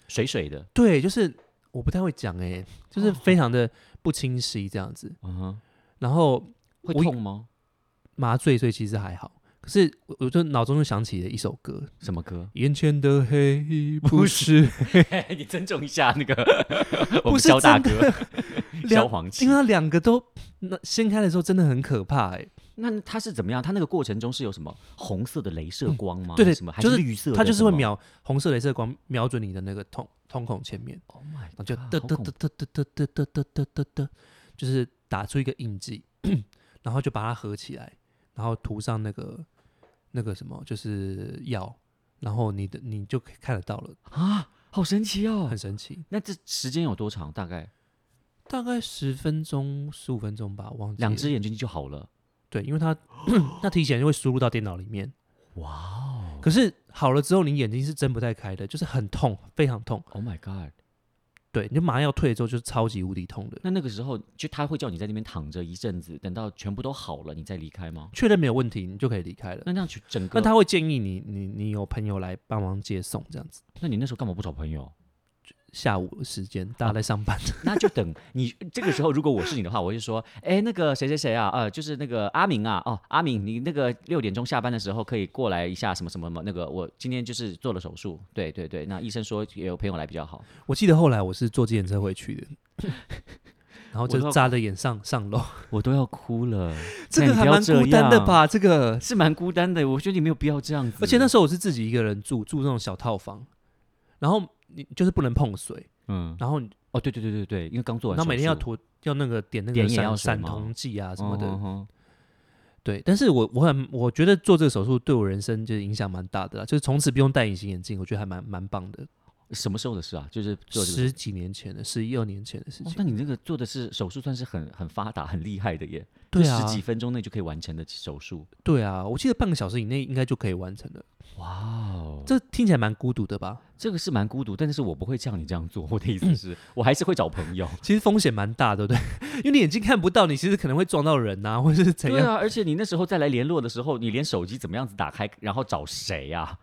[SPEAKER 2] 水水的。
[SPEAKER 1] 对，就是我不太会讲诶、就是非常的不清晰这样子，
[SPEAKER 2] 嗯哼，
[SPEAKER 1] 然后
[SPEAKER 2] 会
[SPEAKER 1] 我
[SPEAKER 2] 痛吗？
[SPEAKER 1] 麻醉，所以其实还好。可是我我就脑中就想起了一首歌，
[SPEAKER 2] 什么 歌？
[SPEAKER 1] 眼前的黑不是
[SPEAKER 2] 你尊重一下 那个我
[SPEAKER 1] 不
[SPEAKER 2] 们
[SPEAKER 1] 是
[SPEAKER 2] 肖大
[SPEAKER 1] 真
[SPEAKER 2] 哥
[SPEAKER 1] 两
[SPEAKER 2] 萧煌奇
[SPEAKER 1] 因为。它两个都那掀开的时候真的很可怕哎、
[SPEAKER 2] 那他是怎么样？他那个过程中是有什么红色的镭射光吗？
[SPEAKER 1] 嗯对对
[SPEAKER 2] 还是什么还
[SPEAKER 1] 就是
[SPEAKER 2] 是绿色的什么？
[SPEAKER 1] 它就是会秒红色镭射光瞄准你的那个瞳瞳孔前面，
[SPEAKER 2] ，Oh my，
[SPEAKER 1] 然后就
[SPEAKER 2] God，
[SPEAKER 1] 嘚
[SPEAKER 2] 好
[SPEAKER 1] 嘚
[SPEAKER 2] 恐
[SPEAKER 1] 嘚嘚嘚嘚嘚嘚嘚嘚嘚，就是打出一个印记， 然后就把它合起来，然后涂上那个那个什么就是药，然后你的你就可以看得到了，
[SPEAKER 2] 啊，好神奇哦
[SPEAKER 1] 很！神奇。
[SPEAKER 2] 那这时间有多长？大概
[SPEAKER 1] 大概十分钟、十五分钟吧，忘记了
[SPEAKER 2] 两只眼睛就好了。
[SPEAKER 1] 对，因为它 它提前就会输入到电脑里面，
[SPEAKER 2] 哇哦
[SPEAKER 1] 可是好了之后，你眼睛是睁不太开的，就是很痛，非常痛。
[SPEAKER 2] ，Oh my God！
[SPEAKER 1] 对，你就麻药退了之后，就是超级无敌痛的。
[SPEAKER 2] 那那个时候就他会叫你在那边躺着一阵子，等到全部都好了，你再离开吗？
[SPEAKER 1] 确认没有问题，你就可以离开了。
[SPEAKER 2] 那那样去整个
[SPEAKER 1] 那他会建议你，你你有朋友来帮忙接送这样子。
[SPEAKER 2] 那你那时候干嘛不找朋友？
[SPEAKER 1] 下午的时间
[SPEAKER 2] 哦
[SPEAKER 1] 大家在上班，
[SPEAKER 2] 那就等你这个时候，如果我是你的话，我就说，哎，那个谁谁谁啊，呃，就是那个阿明啊，哦，阿明，你那个六点钟下班的时候可以过来一下，什么什么什么，那个我今天就是做了手术，对对对，那医生说有朋友来比较好，
[SPEAKER 1] 我记得后来我是坐自行车回去的， 然后
[SPEAKER 2] 我
[SPEAKER 1] 就
[SPEAKER 2] 都
[SPEAKER 1] 扎着眼上上楼。
[SPEAKER 2] 我都要哭了，
[SPEAKER 1] 这
[SPEAKER 2] 那
[SPEAKER 1] 个
[SPEAKER 2] 你
[SPEAKER 1] 还
[SPEAKER 2] 不要嗯
[SPEAKER 1] 蛮孤单的吧？这
[SPEAKER 2] 这
[SPEAKER 1] 个
[SPEAKER 2] 样？，是蛮孤单的，我觉得你没有必要这样子，
[SPEAKER 1] 而且那时候我是自己一个人住，住那种小套房，然后你就是不能碰水，
[SPEAKER 2] 嗯，
[SPEAKER 1] 然后你
[SPEAKER 2] 哦，对对对对对，因为刚做完
[SPEAKER 1] 然
[SPEAKER 2] 手术，
[SPEAKER 1] 后每天要涂要那个点那
[SPEAKER 2] 点
[SPEAKER 1] 个
[SPEAKER 2] 眼
[SPEAKER 1] 散
[SPEAKER 2] 药水
[SPEAKER 1] 散
[SPEAKER 2] 吗
[SPEAKER 1] 瞳剂啊什么的，
[SPEAKER 2] 嗯哼
[SPEAKER 1] 对，但是我我很我觉得做这个手术对我人生就是影响蛮大的啦，就是从此不用戴隐形眼镜，我觉得还蛮蛮棒的。
[SPEAKER 2] 哼什么时候的事啊？就是做这个手术。
[SPEAKER 1] 十几年前的，十一二年前的事
[SPEAKER 2] 哦
[SPEAKER 1] 情。
[SPEAKER 2] 那你那个做的是手术，算是很很发达、很厉害的耶，
[SPEAKER 1] 对
[SPEAKER 2] 就
[SPEAKER 1] 啊
[SPEAKER 2] 十，几分钟内就可以完成的手术。
[SPEAKER 1] 对啊，我记得半个小时以内应该就可以完成了。
[SPEAKER 2] 哇哦，
[SPEAKER 1] 这听起来蛮孤独的吧？
[SPEAKER 2] 这个是蛮孤独，但是我不会像你这样做。我的意思是，我还是会找朋 友。
[SPEAKER 1] 其实风险蛮大的，对 不对？因为你眼睛看不到，你其实可能会撞到人呐、或者是怎
[SPEAKER 2] 对
[SPEAKER 1] 样。
[SPEAKER 2] 啊，而且你那时候再来联络的时候，你连手机怎么样子打开，然后找谁呀、啊？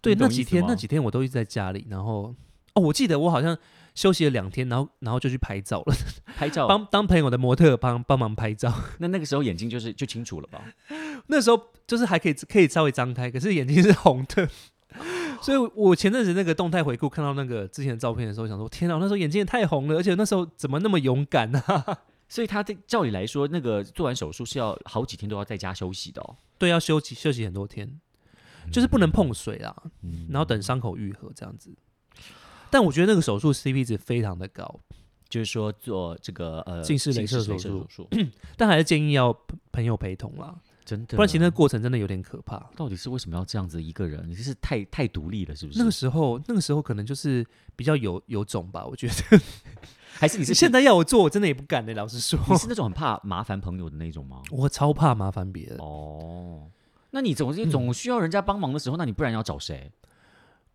[SPEAKER 1] 对，
[SPEAKER 2] 你
[SPEAKER 1] 那
[SPEAKER 2] 懂
[SPEAKER 1] 几
[SPEAKER 2] 意思
[SPEAKER 1] 天
[SPEAKER 2] 吗
[SPEAKER 1] 那几天我都一直在家里，然后哦，我记得我好像休息了两天，然后然后就去拍照了，
[SPEAKER 2] 拍照。
[SPEAKER 1] 帮当朋友的模特帮帮忙拍照。
[SPEAKER 2] 那那个时候眼睛就是就清楚了吧？
[SPEAKER 1] 那时候就是还可以可以稍微张开，可是眼睛是红的。 所以，我前阵子那个动态回顾看到那个之前的照片的时候，想说：天啊，那时候眼睛也太红了，而且那时候怎么那么勇敢呢、啊？
[SPEAKER 2] 所以他的照理来说，那个做完手术是要好几天都要在家休息的哦。
[SPEAKER 1] 对，要休息休息很多天，就是不能碰水啦，
[SPEAKER 2] 嗯
[SPEAKER 1] 然后等伤口愈合这样子。但我觉得那个手术 CP 值非常的高，
[SPEAKER 2] 就是说做这个呃
[SPEAKER 1] 近视雷射手
[SPEAKER 2] 手
[SPEAKER 1] 术
[SPEAKER 2] 术，
[SPEAKER 1] 但还是建议要朋朋友陪同啦，
[SPEAKER 2] 真的。啊
[SPEAKER 1] 不然其实那个过程真的有点可怕。
[SPEAKER 2] 到底是为什么要这样子一个人？你是太太独立了，是不是？
[SPEAKER 1] 那个时候，那个时候可能就是比较有有种吧，我觉得。
[SPEAKER 2] 还是你 是
[SPEAKER 1] 现在要我做，我真的也不敢欸呢、老实说，
[SPEAKER 2] 你是那种很怕麻烦朋友的那种吗？
[SPEAKER 1] 我超怕麻烦别人。
[SPEAKER 2] 哦，那你总是总需要人家帮忙的时候，那你不然要找谁？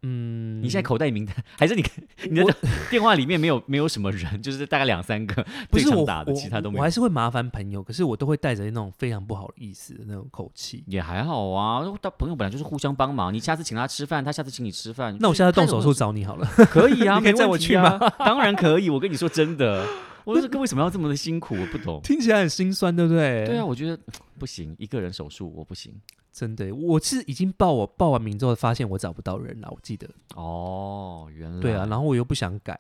[SPEAKER 1] 嗯，
[SPEAKER 2] 你现在口袋名单 还是你你的电话里面没有没有什么人，就是大概两三个
[SPEAKER 1] 不
[SPEAKER 2] 最
[SPEAKER 1] 是
[SPEAKER 2] 常
[SPEAKER 1] 我
[SPEAKER 2] 打的，
[SPEAKER 1] 我
[SPEAKER 2] 其他都没
[SPEAKER 1] 我还
[SPEAKER 2] 有。
[SPEAKER 1] 是会麻烦朋友，可是我都会带着那种非常不好意思的那种口气。
[SPEAKER 2] 也还好啊，他朋友本来就是互相帮忙。你下次请他吃饭，他下次请你吃饭。
[SPEAKER 1] 那我现在动
[SPEAKER 2] 嗯就是
[SPEAKER 1] 手
[SPEAKER 2] 他
[SPEAKER 1] 术
[SPEAKER 2] 有
[SPEAKER 1] 找你好了，
[SPEAKER 2] 没有可 以啊，
[SPEAKER 1] 你可以
[SPEAKER 2] 没
[SPEAKER 1] 载
[SPEAKER 2] 问
[SPEAKER 1] 我
[SPEAKER 2] 题
[SPEAKER 1] 去
[SPEAKER 2] 啊？当然可以，我跟你说真的，我说为什么要这么的辛苦？我不懂。
[SPEAKER 1] 听起来很心酸，对不对？
[SPEAKER 2] 对啊，，我觉得不行，一个人手术我不行。
[SPEAKER 1] 真的，我是已经报我报完名之后，发现我找不到人了，我记得。
[SPEAKER 2] 哦，原来
[SPEAKER 1] 对啊，然后我又不想改，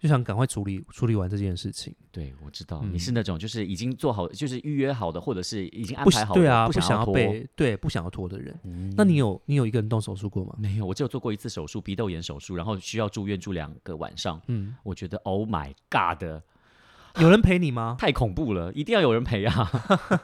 [SPEAKER 1] 就想赶快处理处理完这件事情。
[SPEAKER 2] 对，我知道、
[SPEAKER 1] 嗯
[SPEAKER 2] 你是那种就是已经做好，就是预约好的，或者是已经安
[SPEAKER 1] 不
[SPEAKER 2] 排
[SPEAKER 1] 想
[SPEAKER 2] 好的，
[SPEAKER 1] 对啊，
[SPEAKER 2] 不
[SPEAKER 1] 不想
[SPEAKER 2] 要拖。
[SPEAKER 1] 被对不想要拖的人。
[SPEAKER 2] 嗯
[SPEAKER 1] 那你有你有一个人动手术过吗？
[SPEAKER 2] 没有？我只有做过一次手术，鼻窦炎手术，然后需要住院住两个晚上。
[SPEAKER 1] 嗯，
[SPEAKER 2] 我觉得 Oh my God，
[SPEAKER 1] 有人陪你吗？
[SPEAKER 2] 太恐怖了，一定要有人陪啊！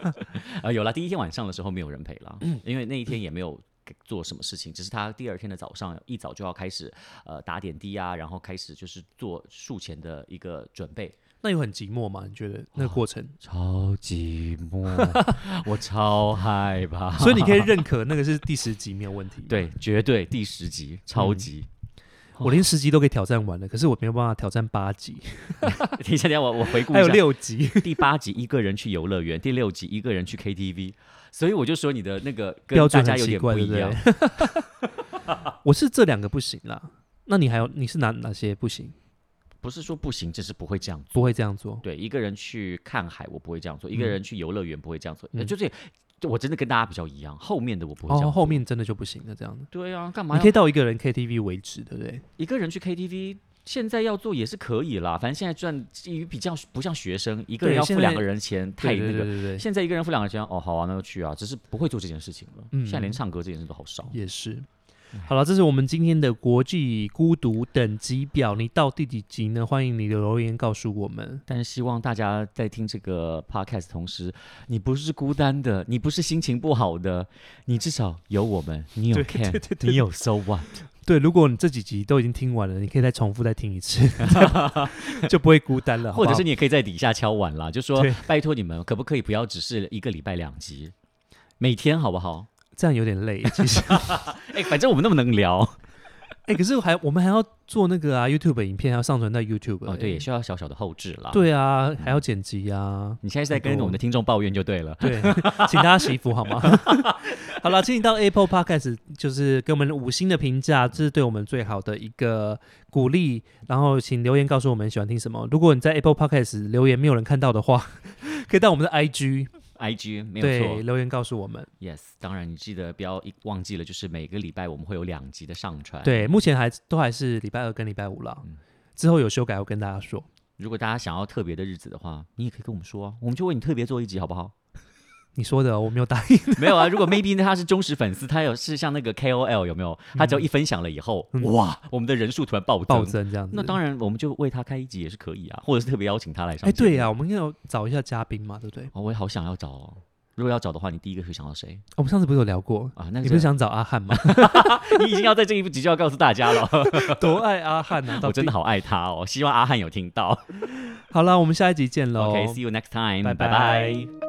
[SPEAKER 2] 呃，有了，第一天晚上的时候没有人陪了，因为那一天也没有。做什么事情？只是他第二天的早上一早就要开始，呃，打点滴啊，然后开始就是做术前的一个准备，
[SPEAKER 1] 那有很寂寞吗？你觉得那个过 程？
[SPEAKER 2] 超寂寞， 我超害怕。
[SPEAKER 1] 所以你可以认可那个是第十集没有问题。，
[SPEAKER 2] 对，绝对第十集，超级。
[SPEAKER 1] 我连十集都可以挑战完了，可是我没有办法挑战八集，
[SPEAKER 2] 等一下，等一下，我我回顾
[SPEAKER 1] 还
[SPEAKER 2] 一
[SPEAKER 1] 有
[SPEAKER 2] 下。
[SPEAKER 1] 六集。
[SPEAKER 2] 第八集一个人去游乐园，第六集一个人去 KTV，所以我就说你的那个跟
[SPEAKER 1] 标
[SPEAKER 2] 大
[SPEAKER 1] 准
[SPEAKER 2] 家
[SPEAKER 1] 很
[SPEAKER 2] 有
[SPEAKER 1] 奇
[SPEAKER 2] 点
[SPEAKER 1] 怪，
[SPEAKER 2] 不
[SPEAKER 1] 对不
[SPEAKER 2] 一样。
[SPEAKER 1] 对？我是这两个不行啦。那你还有你是哪哪些不行？
[SPEAKER 2] 不是说不行，只是不会这样做。
[SPEAKER 1] 不会这样做，
[SPEAKER 2] 对，一个人去看海，我不会这样做；一个
[SPEAKER 1] 嗯
[SPEAKER 2] 人去游乐园，不会这样做。呃
[SPEAKER 1] 嗯
[SPEAKER 2] 就是就我真的跟大家比较一样，后面的我不会
[SPEAKER 1] 哦，
[SPEAKER 2] 这样。
[SPEAKER 1] 后面真的就不行了，这样的。
[SPEAKER 2] 对啊，干嘛
[SPEAKER 1] 你
[SPEAKER 2] 要
[SPEAKER 1] 可以到一个人 KTV 为止，对不对？
[SPEAKER 2] 一个人去 KTV，现在要做也是可以啦。反正现在赚也比较不像学生，一个人
[SPEAKER 1] 对
[SPEAKER 2] 要
[SPEAKER 1] 现
[SPEAKER 2] 付
[SPEAKER 1] 在
[SPEAKER 2] 两个人钱，太
[SPEAKER 1] 对对
[SPEAKER 2] 那
[SPEAKER 1] 对
[SPEAKER 2] 个。
[SPEAKER 1] 对对，
[SPEAKER 2] 现在一个人付两个人钱，哦，好啊，那就去啊。只是不会做这件事情了。
[SPEAKER 1] 嗯
[SPEAKER 2] 现在连唱歌这件事都好少。
[SPEAKER 1] 也是。
[SPEAKER 2] 嗯
[SPEAKER 1] 好了，这是我们今天的国际孤独等级表，你到第几级呢？欢迎你的留言告诉我们。
[SPEAKER 2] 但是希望大家在听这个 podcast 的同时，你不是孤单的，你不是心情不好的，你至少有我们，你有
[SPEAKER 1] 对
[SPEAKER 2] can，
[SPEAKER 1] 对对对
[SPEAKER 2] 你有 so what，
[SPEAKER 1] 对，如果你这几集都已经听完了，你可以再重复再听一 次， 就不会孤单了。好
[SPEAKER 2] 或
[SPEAKER 1] 不
[SPEAKER 2] 者
[SPEAKER 1] 好
[SPEAKER 2] 是你也可以在底下敲碗啦，就说
[SPEAKER 1] 对
[SPEAKER 2] 拜托你们，可不可以不要只是一个礼拜两集，每天好不好？
[SPEAKER 1] 这样有点累，其实。
[SPEAKER 2] 哎，反正我们那么能聊，
[SPEAKER 1] 哎、可是还我们还要做那个啊 YouTube 影片，还要上传到 YouTube、哎
[SPEAKER 2] 哦，对，也。嗯需要小小的后置啦。，
[SPEAKER 1] 对啊，还要剪辑 啊。
[SPEAKER 2] 你现在是在跟
[SPEAKER 1] 很多
[SPEAKER 2] 我们的听众抱怨就对了。
[SPEAKER 1] 对，请大家洗衣服好吗？ 好了，请你到 Apple Podcast，就是给我们五星的评价，这是对我们最好的一个鼓励。然后请留言告诉我们喜欢听什么。如果你在 Apple Podcast 留言没有人看到的话， 可以到我们的 IG
[SPEAKER 2] IG 没有
[SPEAKER 1] 对
[SPEAKER 2] 错
[SPEAKER 1] 留言告诉我们。
[SPEAKER 2] ，Yes，当然你记得不要一忘记了，就是每个礼拜我们会有两集的上传。，
[SPEAKER 1] 对，目前还都还是礼拜二跟礼拜五了，
[SPEAKER 2] 哎嗯
[SPEAKER 1] 之后有修改我跟大家说。
[SPEAKER 2] 如果大家想要特别的日子的话，你也可以跟我们说啊，我们就为你特别做一集好不好？
[SPEAKER 1] 你说的哦我没有答应，
[SPEAKER 2] 没有啊，如果 maybe 他是忠实粉丝，他有是像那个 KOL 有没有？他只要一分享了以后，哇，我们的人数突然暴增。
[SPEAKER 1] 嗯暴增这样子。
[SPEAKER 2] 那当然，我们就为他开一集也是可以啊，或者是特别邀请他来上。
[SPEAKER 1] 哎，对呀、、我们要找一下嘉宾嘛，对不对？
[SPEAKER 2] 哦，我也好想要找哦。如果要找的话，你第一个会想到谁
[SPEAKER 1] 哦我们上次不是有聊过？
[SPEAKER 2] 啊？那
[SPEAKER 1] 你
[SPEAKER 2] 个
[SPEAKER 1] 不是
[SPEAKER 2] 是
[SPEAKER 1] 想找阿汉吗？
[SPEAKER 2] 你已经要在这一集就要告诉大家了。
[SPEAKER 1] 多爱阿汉 啊！到
[SPEAKER 2] 我真的
[SPEAKER 1] 底
[SPEAKER 2] 好爱他哦，希望阿汉有听到。
[SPEAKER 1] 好了，我们下一集见喽。
[SPEAKER 2] OK，see、you next time，
[SPEAKER 1] 拜拜
[SPEAKER 2] 拜拜。